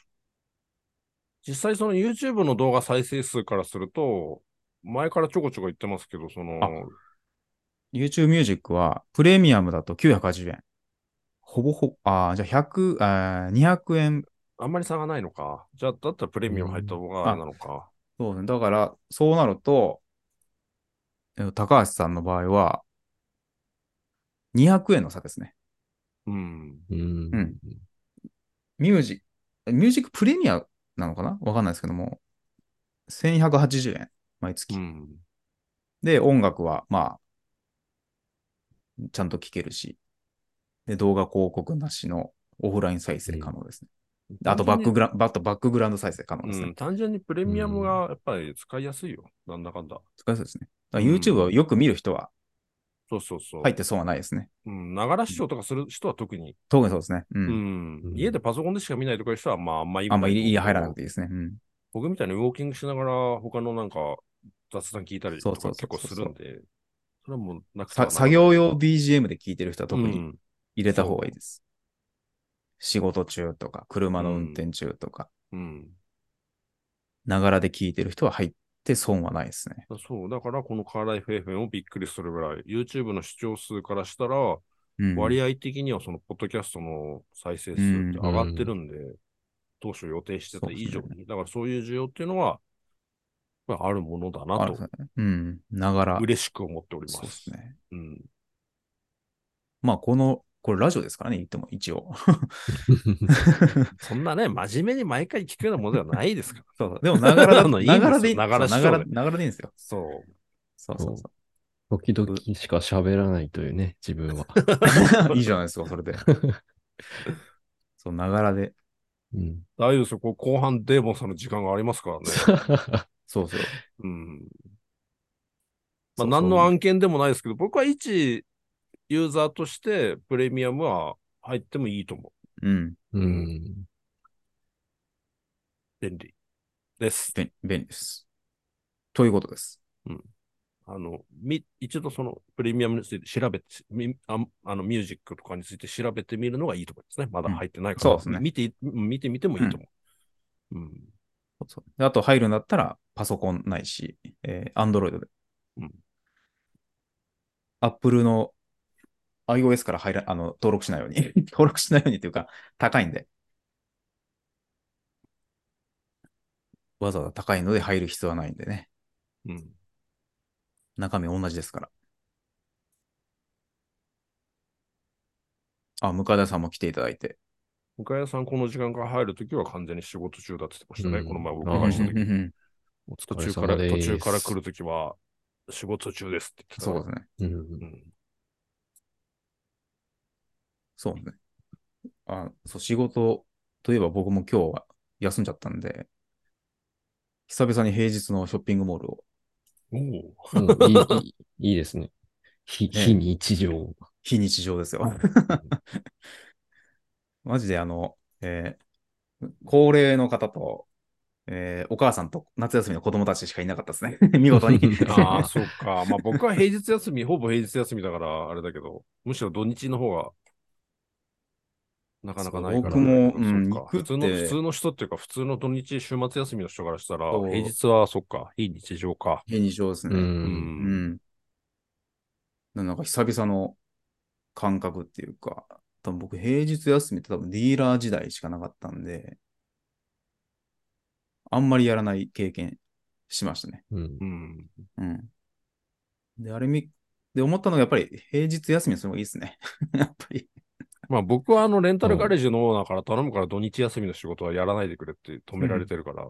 実際その YouTube の動画再生数からすると、前からちょこちょこ言ってますけど、そのあ、YouTube Music はプレミアムだと980円。ほぼほぼ、ああ、じゃあ100、あー200円。あんまり差がないのか。じゃあ、だったらプレミアム入った方があれなのか。そうね。だから、そうなると、え高橋さんの場合は、200円の差ですね。うん。ううんうんんミュージ、ミュージックプレミアなのかなわかんないですけども、1180円、毎月。うん。で、音楽は、まあ、ちゃんと聴けるし、で、動画広告なしのオフライン再生可能ですね。であと、バックグラバッとバックグラウンド再生可能ですね。うん。単純にプレミアムがやっぱり使いやすいよ。なんだかんだ。使いそうですね。だから YouTube をよく見る人はそうそうそう。入って損はないですね。うん。ながら視聴とかする人は特に。特にそうですね。う。うんん。うん家でパソコンでしか見ないとかいう人は、まあ、あんまりあんまり入入らなくていいですね。うん。僕みたいにウォーキングしながら、他のなんか雑談聞いたりとそうそかうそ結うそう構するんで。それはもうなくてはさな作らない業用 BGM で聴いてる人は特うにん入れた方がいいです。仕事中とか、車の運転中とか、うん。ながらで聴いてる人は入って損はないですね。そう、だからこのカーライフ FM をびっくりするぐらい、YouTube の視聴数からしたら、うん、割合的にはそのポッドキャストの再生数って上がってるんで、当初予定してた以上そうに、だからそういう需要っていうのは、まあ、あるものだあなるんとです、ね。うん。ながら。嬉しく思っておりそうま。ですすね。うん、まあ、この、これラジオですからね、言っても一 *laughs* 応。そんなね、真面目に毎回聞くようなものではないですから。そうそうでも、ながらだの *laughs* いいんでなすよがらでいい。ながらそう視な聴がでらながらでいいんですよ。そう。そうそうそ時々しか喋らないというね、自分は。 *laughs* う。いいじゃないですか、それ *laughs* で。そう、ながらで。うん、大丈夫ですよ。こう後半デーモンさんの時間がありま *laughs* すからね。そうそう。うん。そまあ、う何のそう案件でもないですけど、僕は一ユーザーとしてプレミアムは入ってもいいと思うん。 *laughs* うん、う。便利です。便便利です。ということです。あの、み、一度そのプレミアムについて調べて、みああの、ミュージックとかについて調べてみるのがいいと思いますね。まだ入ってないから。うんそうですね見て、見てみてもいいと思う。うん。そうそうであと入るんだったら、パソコンないし、えー、Android で。うん。 Apple の iOS から入ら、あの、登録しないように。 *laughs* 登録しないようにというか、高いんで。わざわざ高いので入る必要はないんでね。うん。中身同じですから。あ、向田さんも来ていただいて。岡谷さん、この時間から入るときは完全に仕事中だって言ってましたね。うんこの前おうん伺いしたとき。うんうんお途疲れ中か様ら、です。途中から来るときは、仕事中ですって言ってた。そうですね。うんう。ん。そうね。あ、そう、仕事といえば僕も今日は休んじゃったんで、久々に平日のショッピングモールを、おお。うんいいいいいいですね。非ね非日常。非日常ですよ。 *laughs* マジであの、えー高齢の方と、えーお母さんと夏休みの子供たちしかいなかったですね。見事に。あ *laughs* あ、そうか。まあ僕は平日休み、ほぼ平日休みだから、あれだけど、むしろ土日の方が、なかなかないから、そう僕もそうかうん行くっ普て通の、普通の人っていうか、普通の土日、週末休みの人からしたら、そう平日は、そっか、非日常か。非日常ですう。ね。うん。うんん。なんか久々の感覚っていうか、多分僕平日休みって多分ディーラー時代しかなかったんで、あんまりやらない経験しましたね。うんうん。うん。で、あれみ、で思ったのがやっぱり平日休みにするのがいいですね。 *laughs* やっぱり。まあ僕は、あの、レンタルガレージのオーナーから頼むから、土日休みの仕事はやらないでくれって止められてるから、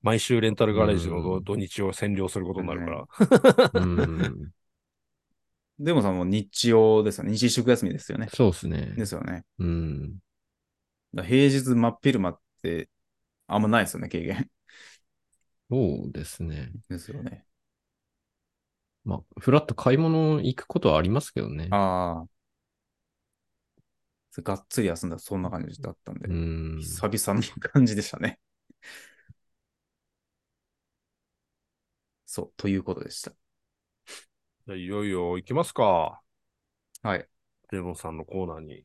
毎週レンタルガレージの土うん土日を占領することになるから、うん。でもさ、もう日曜ですよね。日祝休みですよね。そうですね。ですよね。うん。だから平日真っ昼間ってあんまないですよね、経験。そうですね。ですよね。まあ、ふらっと買い物行くことはありますけどね。ああ。それがっつり休んだ、そんな感じだったんで、うん。久々の感じでしたね。そう、ということでした。じゃあいよいよ行きますか。はい。レモンさんのコーナーに。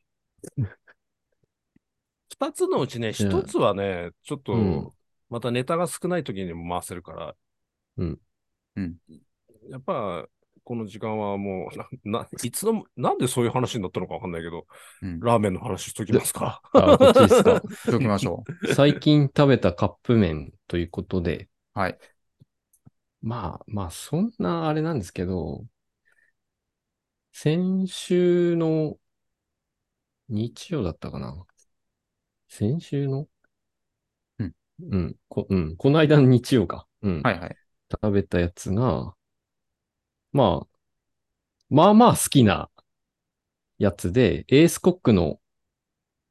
二つのうちうね、ん一つはね、ちょっうんと、またネタが少ない時にも回せるから。うんうんやっぱ、この時間はもう、な、ないつの、なんでそういう話になったのかわかんないけど、うんラーメンの話しときますか。あ、こっちですか。しときましょ最近食べたカップ麺ということで、う。 *laughs* はい。まあまあ、そんなあれなんですけど、先週の日曜だったかな。先週のうん。うん。こ、うん。この間の日曜か。うん。はいはい。食べたやつが、まあ、まあまあ好きなやつで、エースコックの、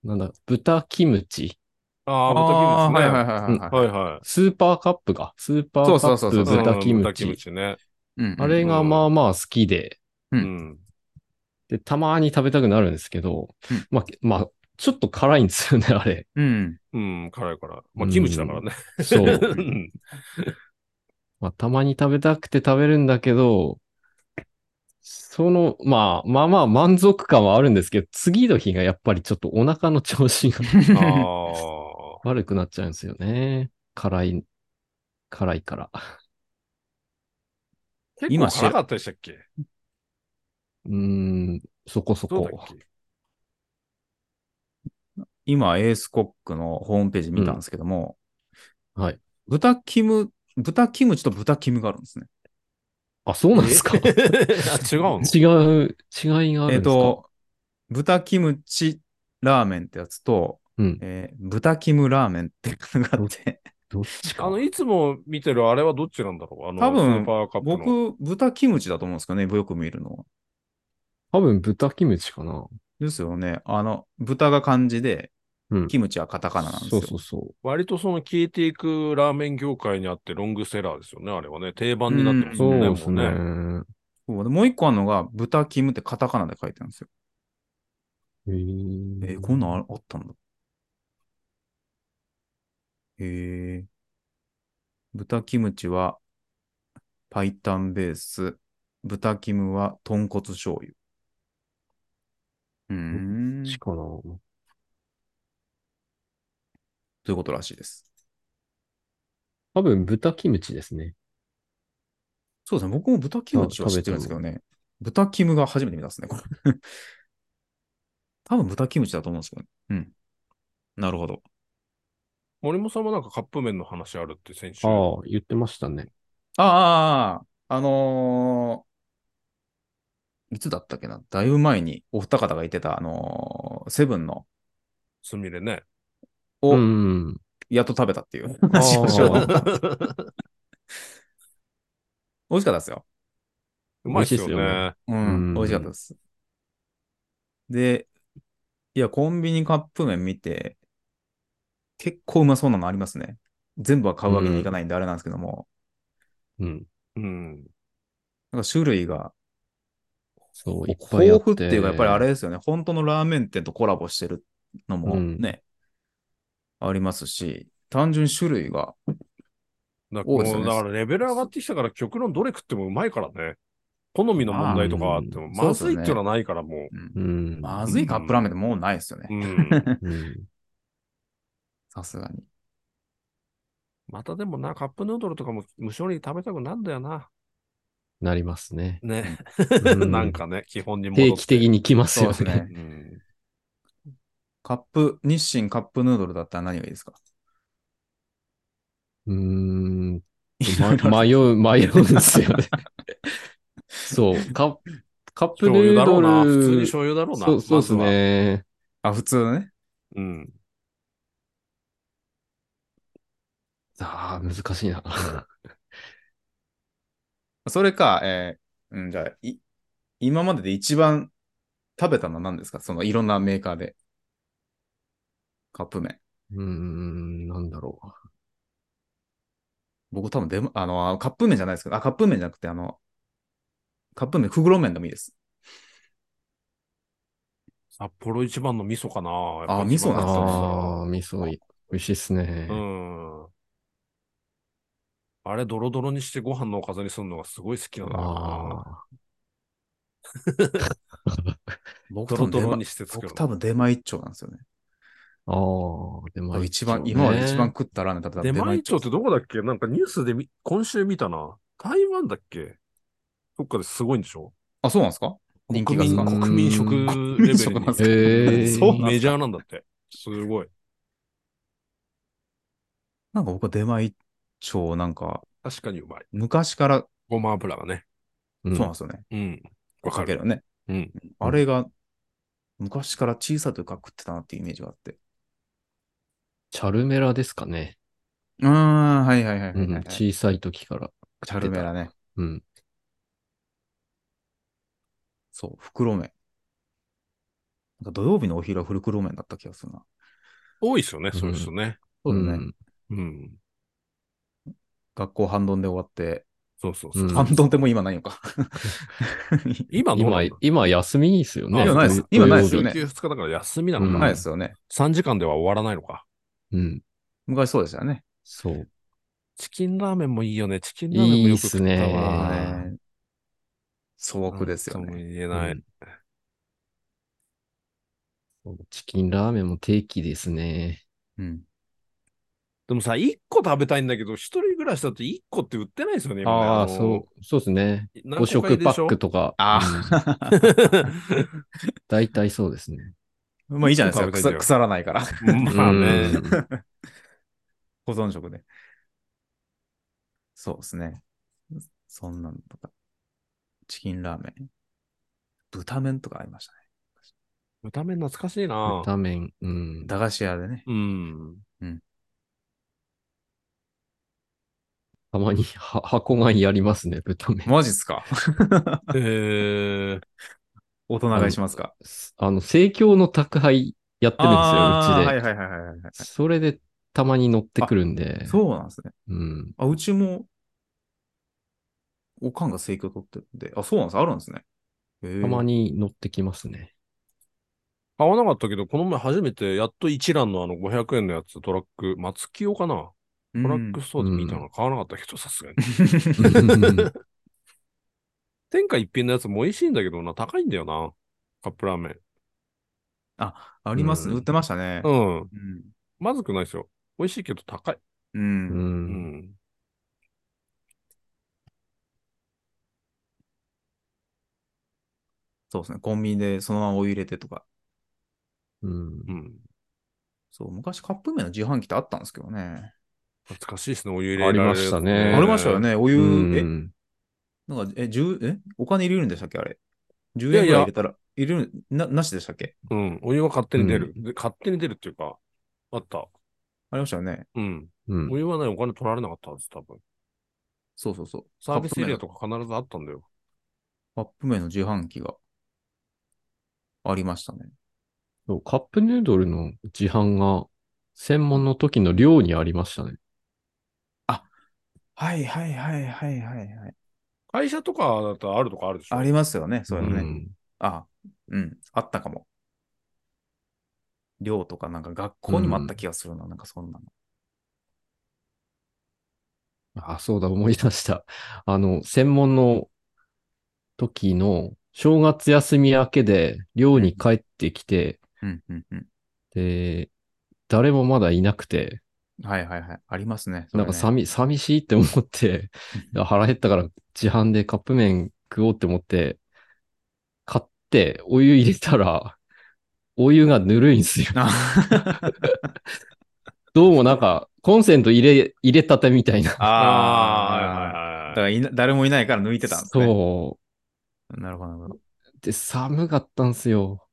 なんだ、豚キムチ、ああ、あー豚キムチね。はいはいはいはいはい。はいはいスーパーカップが、スーパーカそうそうそップうそう豚キうんム豚キムチ。チね。うんうんあれがまあまあ好きで、ううんん。で、たまに食べたくなるんですけどうん、まあ、まあ、ちょっと辛いんですよね、あれ。 *laughs* うん。うん、辛いから。まあ、キムチだからね。そう。 *laughs* うんまあ、たまに食べたくて食べるんだけど、その、まあ、まあまあ満足感はあるんですけど、次の日がやっぱりちょっとお腹の調子が *laughs* ああ。悪くなっちゃうんですよね。辛い、辛いから。結今構辛かったでしたっけうーん、そこそどうこだ。っけ今、エースコックのホームページ見たんですけども、はい。豚キム、豚キムチと豚キムがあるんですね。あ、そうなんですか違あ違うのう、違いがあえっ、るんですか、と、豚キムチラーメンってやつと、うん。えー豚キムラーメンっていうのがあって、どっちか。 *laughs* あの、いつも見てるあれはどっちなんだろうあの、多分スーパーカップの。僕、豚キムチだと思うんですけどね、よく見るのは。多分豚キムチかな。ですよね。あの、豚が漢字で、うん。キムチはカタカナなんですそよ。うそうそ割とその消えていくラーメン業界にあってロングセラーですよね、あれはね。定番になってまう。すよね、そうですもうねね。。そうでもう一個あるのが、豚キムってカタカナで書いてあるんですよ。ええーこんなんああったんだ。えー、豚キムチは、パイタンベース、豚キムは豚骨醤油。うーん、ちかな。ということらしいです。多分豚キムチですね。そうですね、僕も豚キムチは知ってるんですけどね、豚キムが初めて見たんですね、これ。 *laughs* 多分豚キムチだと思うんですけど、ね、うん。なるほど。森本さんもなんかカップ麺の話あるって先週。ああ、言ってましたね。ああ、あのーいつだったっけなだいぶ前にお二方が言ってた、あのーセブンのすみれね。うをん。やっと食べたっていう話をしようと思った。 *laughs* 美味しかったですよ。うまいっすよ美味しいっすよね。う、うんん美味しかったです。で、いや、コンビニカップ麺見て、結構うまそうなのありますね。全部は買うわけにはいかないんであれなんですけども、うん。うん。なんか種類がそう、いっ豊ぱいあって。富っていうか、やっぱりあれですよね、本当のラーメン店とコラボしてるのもうんね、ありますし、単純に種類が、だから多いっすよもうねだからレベル上がってきたから極論どれ食ってもうまいからね。好みの問題とかあっても、んまずいっていうのはないからもうんうん。まずいカップラーメンってもうないですよう。ね、うん。 *laughs* うん。さすがに。またでもな、カップヌードルとかも無性に食べたくなんだよな。なります *laughs* ね。ね。うん *laughs* なんかね、基本に戻って定期的に来まそすうよですね。ね。うんカップ、日清カップヌードルだったら何がいいですかうーん。いろいろま迷う、迷うんですよね。そう。カップカップ醤ヌ油ーだろドうな。ル。普通に醤油だろうな。そうそうですまずは。ね。 *laughs* あ、普通のね。うん。ああ、難しいな。それか、えーうん、じゃあ、い、今までで一番食べたのは何ですかそのいろんなメーカーで。カップ麺。うーん、なんだろ僕多分でも、あの、カップ麺じゃないですけど、あ、カップ麺じゃなくて、あの、カップ麺、ふぐろ麺でもいいです。札幌一番の味噌かな。あ味噌う。なんだああ、だ。味噌い、美味しいっすね。うん。あれ、ドロドロにしてご飯のおかずにするのがすごい好きなんだあな。あ。僕ド多ロ分出ド前ロにして作る僕の。多分出前一丁なんですよね。ああ、でも、一番、ね今まで一番。食ったラーメン食べた出ら前町ってどこだっけなんかニュースで見今週見たな。台湾だっけどっかですごいんでしょあ、そうなんですか人気が国す民かうん国民食レベル国民食なんですかえーにそうなんですかメジャーなんだって。すごい。なんか僕は出前一丁、なんか、確かにうまい。昔から、ごま油がね。うんそうなんですよね。うん。わかかけるる。よね。うん。あれが、昔から小さい時から食ってたなっていうイメージがあって。チャルメラですかね。うーん、はいはいはいはいうはいはんい。チ小さい時から。ャルメラね。うん。そう、袋麺。なんか土曜日のお昼は袋麺だった気がするな。多いですよね、そういう人ね。そうだね。んうん。学校半ドンで終わって、そうそうそう。うん半ドンってもう今ないのか。今どうな今んだ、今休みですよね。今ないです今ないです土よ曜ね日週2日だから休みなのうんかなな、いですよね。 3時間では終わらないのか。うん。昔そうでしたよね。そう。チキンラーメンもいいよね。チキンラーメンもよく食ったいいっすわ。ねあーね素朴ですよなんともね。言えない。うんチキンラーメンも定期ですね。うん。でもさ、1個食べたいんだけど、一人暮らしだと1個って売ってないですよね、今ねあのあ、そう、そうですね。何5個買い食でパしょックとか、うんああ、 *laughs* 大体そうですね。まあいいじゃないですか。一個食べたいん腐だよ腐らないから。まあね。うん保存食で。そうですね。そんなんとか。チキンラーメン。豚麺とかありましたね。豚麺懐かしいな。豚麺、うん。駄菓子屋でね。うん。たまに *laughs* は箱買いやりますね、豚麺。マジっすかえー、 *laughs* 大人買いしますかあの、盛況の宅配やってるんですよ、うあーちで。はいはいはいはいはい。それでたまに乗ってくるんで。そうなんですね。うん。あ、うちも、おかんが請求取ってるんで。あ、そうなんです。あるんですね。たたま。に乗ってきますね。 *laughs* 買わなかったけど、この前初めて、やっと一蘭のあの500円のやつ、トラック、松清かなうトラんックストアで見たの買わなかったけど、さすがに。 *laughs* 天下一品のやつも美味しいんだけどな、高いんだよな。カップラーメン。あ、ありますね。うん売ってましたね。うん。うん。まずくないですよ。美味しいけど高い。う。うん。うんん。そうですね。コンビニでそのままお湯入れてとか。うん。うん。そう、昔カップ麺の自販機ってあったんですけどね。懐かしいですね、お湯入れられるやあつりましたねえーありましたよ。ね。お湯、うえ、んなんか、え、十え、お金入れるんでしたっけあれ。10円いやいぐやらい入れたら、入れる、な、なしでしたっけうん。お湯は勝手に出る。で勝手に出るっていうか、あった。ありましたよね。うん。うんお湯はね、お金取られなかったんです、多分。そうそうそう。サービスエリアカップ麺とか必ずあったんだよ。のカップ麺の自販機がありましたね。そうカップヌードルの自販が専門の時の寮にありましたね。はいはいはいはいはいはい。会社とかだったらあるとかあるでしょありますよね、そういうのね。うんあ、うん、あったかも。寮とかなんか学校にもあった気がするな、なんかそんなの。あ、そうだ、思い出した。 *laughs* あの、専門の時の正月休み明けで寮に帰ってきて、うんうんうん。で、誰もまだいなくて、はいはいはい。ありますね。そなれんかね寂、寂しいって思って、腹減ったから自販でカップ麺食おうって思って、買ってお湯入れたら、お湯がぬるいんですよ。あどうもなんか、コンセント入れ、入れたてみたいな。あー。だあー、はいはいかはい。らいな誰もいないから抜いてたんですね。そなるほどなるほど。う。で、寒かったんすよ。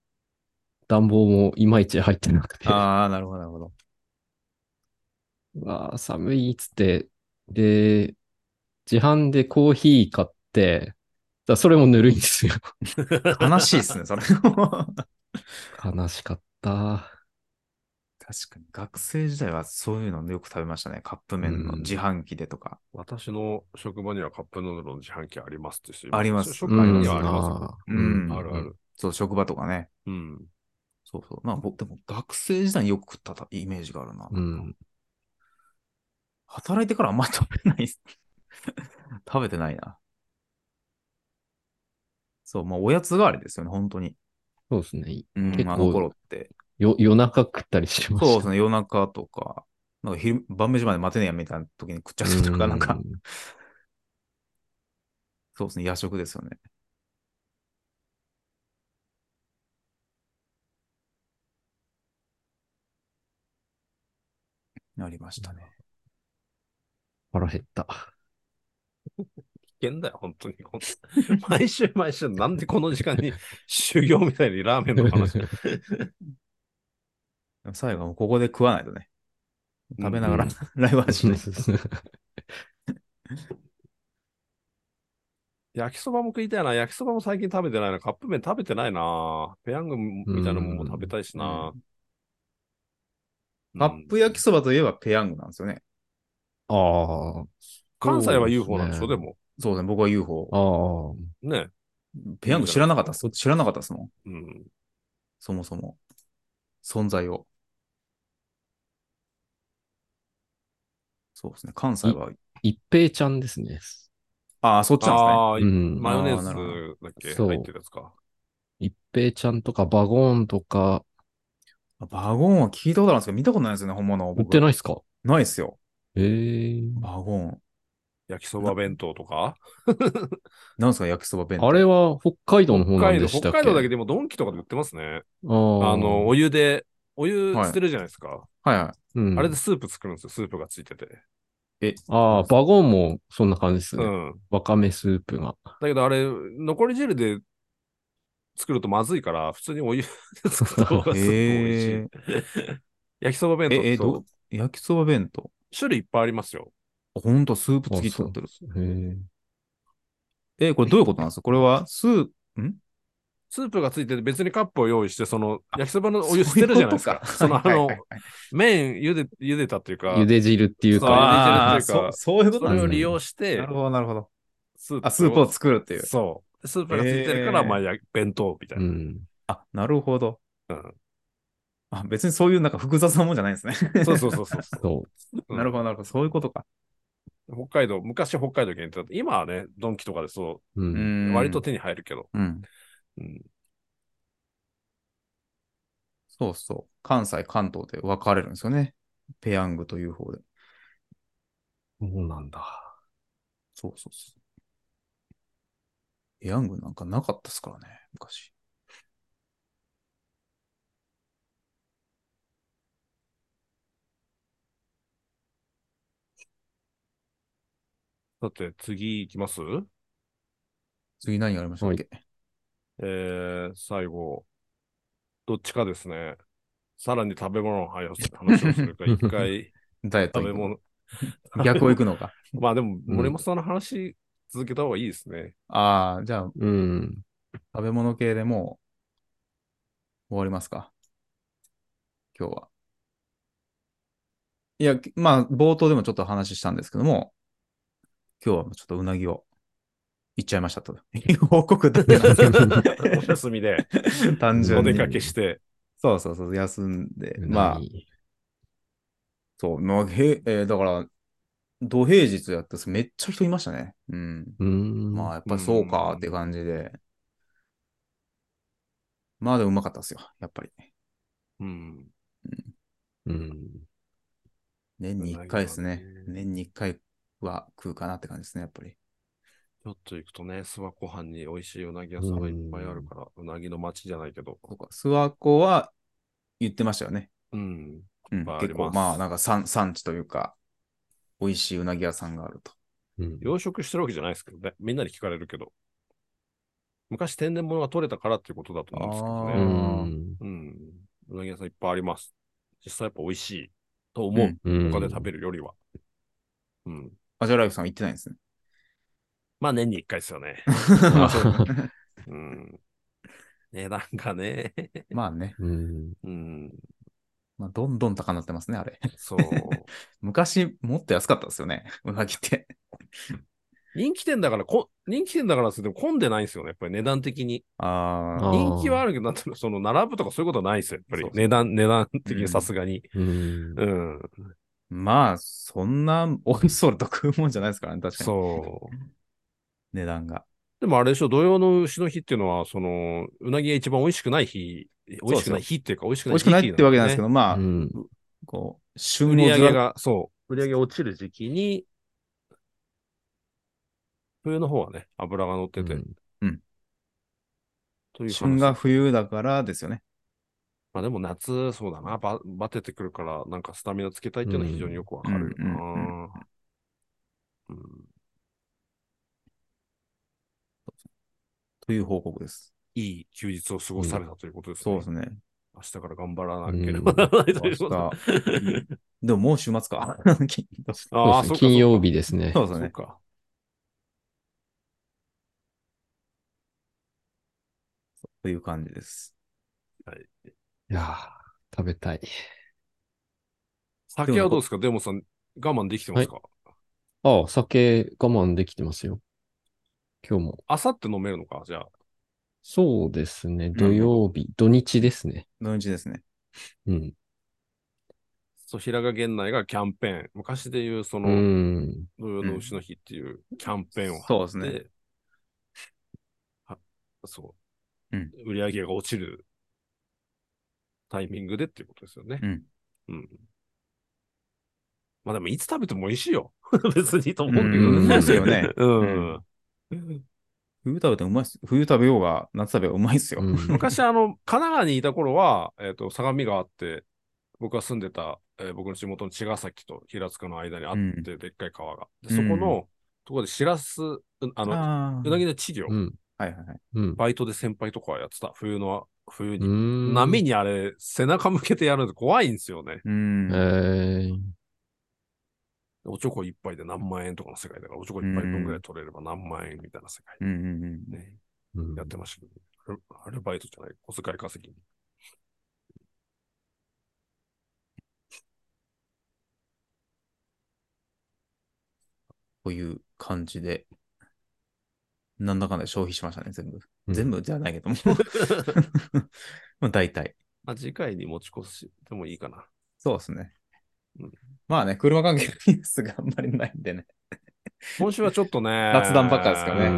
暖房もいまいち入ってなくて。ああ、なるほどなるほど。うわあ、寒いっつって。で、自販でコーヒー買って、だそれもぬるいんですよ。悲しいですね、それ。 *laughs* 確か悲しかった。に。学生時代はそういうのよく食べましたね。カップ麺の自販機でとか。私の職場にはカップヌードルの自販機ありますってしあります職う場んにはありますよ。ううんんあるある。そう、職場とかね。うん。そうそう。まあ僕、でも学生時代によく食ったイメージがあるな。うん。働いてからあんまり食べないっす。 *laughs* 食べてないな。そう、まあおやつ代わりですよね、本当に。そうですね。うん、結構あの頃って。よ、夜中食ったりしました。そうですね、夜中とか、なんか昼、晩飯まで待てねえやみたいな時に食っちゃったとか、なんか、 *laughs* そうですね、夜食ですよね。ありましたね。腹減った。危険だよ、本当に。本当に *laughs* 毎週毎週、なんでこの時間に *laughs* 修行みたいにラーメン *laughs* の話。最後はもうここで食わないとね。食べながら、うんライブ配信で。焼きそばも食いたいな。焼きそばも最近食べてないな。カップ麺食べてないな。ペヤングみたいなもんも食べたいしな。カップ焼きそそばといえばペヤングなんですよね。ああ。ば関西はそ UFO なうんでですしょ、ねでも。そうですね、僕は UFO。ああ。ね。ペヤング知らなかったっす。知らなかったっすもん。うん。そもそも。存在を。そうですね。関西は、一平ちゃんですね。ああ、そっちなんああ、うん。マヨネーズあーなだっけそう入ってるやつか。一平ちゃんとかバゴーンとか、ですね。バゴンは聞いたことあるんですけど、見たことないですよね、本物を売僕。ってないいっすかないですよ。ええバゴン。焼きそば弁当とか。なんですか、焼きそば弁当。あれは北海道の方な北ん海道、でした北っけ海道だけでもドンキとかで売ってますね。あーあの、、お湯で、お湯捨てるじゃないですか。はいはい。うん、あれでスープ作るんですよ、スープがついてて。ああ、バゴンもそんな感じですうね。ん。わかめスープが。だけどあれ、残り汁で作るとまずいから、普通にお湯で作った方がすごく *laughs* 美味しい。えー、焼きそば弁当え、え、そうど、焼きそば弁当。種類いっぱいありますよ。あほんと、スープ付きってなってる。あそうへーえ、これどういうことなんですかこれは、スープ、スープがついてて別にカップを用意して、そのあ焼きそばのお湯捨てるじゃないですか。そそういうのこあとかはのいはい、はい麺茹で、茹でたっていうか、茹で汁っていうそうか、ああ、入れてるっていうそかそういうこそとなんれでを利用して、すね。なるほど、なるほど。スープあ、スープを作るっていう。そう。スープがついてるから、えーまあ、や弁当みたいうな。ん。あ、なるほど。うんあ、別にそういうなんか複雑なもんじゃないんですね。 *laughs* そうそうそうそうそう。そう。。うんなるほど、なるほど。そういうことか。北海道、昔北海道限定だった。今はね、ドンキとかでそううんん。割と手に入るけど。うん。うんそうそう。関西、関東で分かれるんですよね。ペヤングという方で。そうなんだ。そうそうそう。ペヤングなんかなかったですからね、昔。だって次行きます次何がありましたっけ、えー、最後。どっちかですね。さらに食べ物の話をする話を *laughs* するか、一回ダイエット食べ行物。く。逆を行くのか。まあでも、森本さんの話続けた方がいいで *laughs* すね。ああ、じゃあうん。食べ物系でもう終わりますか今日は。いや、まあ、冒頭でもちょっと話したんですけども、今日はちょっとうなぎをいっちゃいましたと。 *laughs* 報告だけ *laughs* なんですけどお休みで、単お純出に。かけして、そうそうそう、休んで。うなぎまあ、そう、まあへえーだから、土平日やったらめっちゃ人いましたね。うん。うーん。まあ、やっぱりそうかって感じで。まあ、でもうまかったですよ。やっぱり。うん。うん。年に1回ですねうなぎは。ね年に1回は食うかなって感じですね、やっぱり。ちょっと行くとね、諏訪湖畔に美味しいうなぎ屋さんがいっぱいあるから、うなぎの町じゃないけど。そうか諏訪湖は言ってましたよね。うん。うんまあ、あり結構、ますまあ、なんか産産地というか、美味しいうなぎ屋さんがあると。うん養殖してるわけじゃないですけどね。みんなに聞かれるけど。昔天然物が取れたからっていうことだと思うんですけどあーうね。ん。うん。うなぎ屋さんいっぱいあります。実際やっぱ美味しいと思う。うん他で食べるよりは。うん。アジャライフさんは行ってないんですね。まあ年に一回ですよね。まあそうねうん。値段がね。 *laughs* まあね、うん。うん。まあ、どんどん高なってますね、あれ。 *laughs* そう。昔、もっと安かったですよね、うなぎって。人気店だからこ、人気店だからですけど、混んでないんですよね。やっぱり値段的に。あああ、ー人気はあるけど、なんていうの、その、並ぶとかそういうことはないですよ。やっぱりそう。そう値段、値段的うんにさすがに。うん。うん。まあ、そんな美味しそうと食うもんじゃないですからね、確かに。そう。値段が。でもあれでしょ、土曜の牛の日っていうのは、その、うなぎが一番美味しくない日、美味しくない日っていうか、美味しく美ない味しくないってわけなんですけど、ど、まあ、うんこう、旬を売り上ずらげが、そう。売り上げ落ちる時期に、冬の方はね、油が乗ってて、という話旬が冬だからですよね。まあでも夏、そうだな、ば、バテてくるから、なんかスタミナつけたいっていうのは非常によくわかるよなうんうんうんうんという報告です。いい休日を過ごされたということですね。そうですね。明日から頑張らなければならないということ明で日。でももう週末か。 *laughs* きっとそああ、そうですねそうか金曜日ですね。うでそすうね。か。という感じです。いやー食べたい。酒はどうですかデモさん、我慢できてますかああ、酒我慢できてますよ。今日も。あさって飲めるのかじゃあ。そうですね。土曜日、土日ですね。土日ですね。うん。そう、平賀源内がキャンペーン、昔でいうそうの、ん。土曜の牛の日っていうキャンペーンをそうです張って、ね。はそう、うん売り上げが落ちるタイミングでっていうことですよね。うん。うん。まあでも、いつ食べても美味しいよ。 *laughs* 別にと思ううんだけどん、うまいっすよね。 *laughs* うん。冬食べてもうまいっす。冬食べようが、夏食べようがうまいっすよ。うん昔、あの、神奈川にいた頃は、えっ、と、相模があって、僕が住んでた、えー僕の地元の茅ヶ崎と平塚の間にあって、でっかい川が。で、そこの、ところで、しらす、うあの、ああ。うなぎの稚魚、うん。はいはいはい。うん。バイトで先輩とかはやってた、冬の、冬に。うん波にあれ、背中向けてやるの怖いんですよね。うん。えーおちょこ一杯で何万円とかの世界だから、おちょこ一杯分ぐらい取れれば何万円みたいな世界う。んうんうん。ね、うんやってましたけど、アルアルバイトじゃない、小遣い稼ぎ。という感じで、なんだかんだ消費しましたね、全部。全部じゃないけども。 *laughs* まあ大体。まあ、次回に持ち越しでもいいかな。そうですねうん。まあね、車関係のニュースがあんまりないんでね。。今週はちょっとね雑談ばっかですからね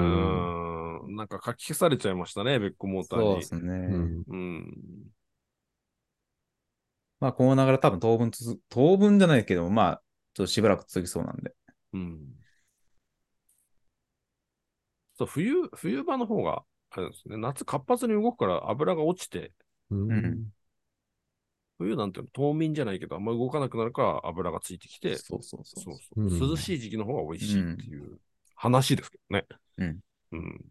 うん。なんか書き消されちゃいましたね、ベッコモーターに。そうですね。うん。うん。まあ、この流れ多分当分つづ、当分じゃないけども、まあ、ちょっとしばらく続きそうなんで。うん。そう、冬、冬場の方が、あれですね、夏活発に動くから油が落ちて、うん。冬なんていうの冬眠じゃないけど、あんまり動かなくなるから油がついてきて、そうそうそうそそうう。そう。うん涼しい時期の方が美味しいっていう話ですけどね。うん。うん。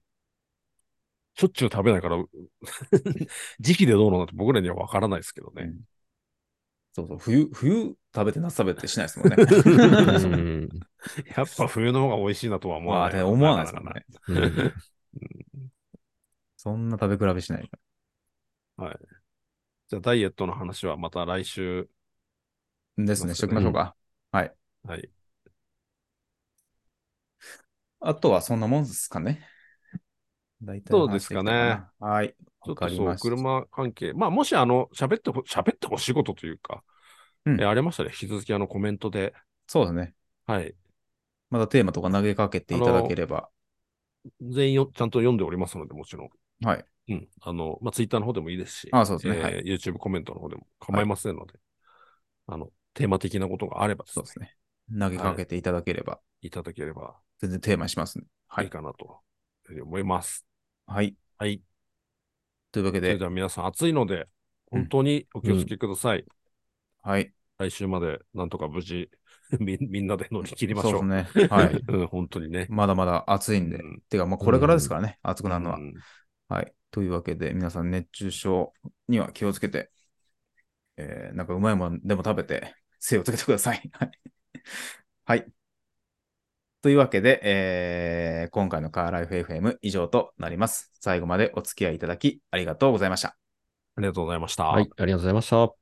しょっちゅう食べないから、 *laughs* 時期でどうなんて僕らにはわからないですけどね。そうそう冬、冬食べて夏食べてしないですもんね。 *laughs* うんやっぱ冬の方が美味しいなとは思まわあ、ない。ね、思わないですもんね。うんそんな食べ比べしないかじゃあ、ダイエットの話はまた来週。ら。ですね、しときましょうか。はい。はい。あとはそんなもんですかね。大体そうですかね話してきたかな。はい。ちょわっとかりそう、ました。車関係。まあ、もし、あの、喋ってほ、喋ってほしいことというか、うんえありましたね。引き続き、あの、コメントで。そうですね。はい。またテーマとか投げかけていただければ。全員よ、ちゃんと読んでおりますので、もちろん。はい。うん。あの、まあ、ツイッターの方でもいいですし、あそうですねはいー YouTube コメントの方でも構いませんので、あの、テーマ的なことがあればですそうねですね。投げかけていただければ、いただければ全然テーマにしますね。はいいい。かなと思います。はい。はい。というわけそれでで、は皆さん暑いので、本当にお気をつけください。はい。来週までなんとか無事 *laughs* み、みんなで乗り切りましそうょでう。すね。はい。うん、本当にね。まだまだ暑いんでう。んてか、まあこれからですからね、暑くなるのはう。んはい。というわけで、皆さん熱中症には気をつけて、えー、なんかうまいものでも食べて、精をつけてください。 *laughs* はい。はい。というわけで、えー、今回のカーライフ FM 以上となります。最後までお付き合いいただきありがとうございました。ありがとうございました。はい、ありがとうございました。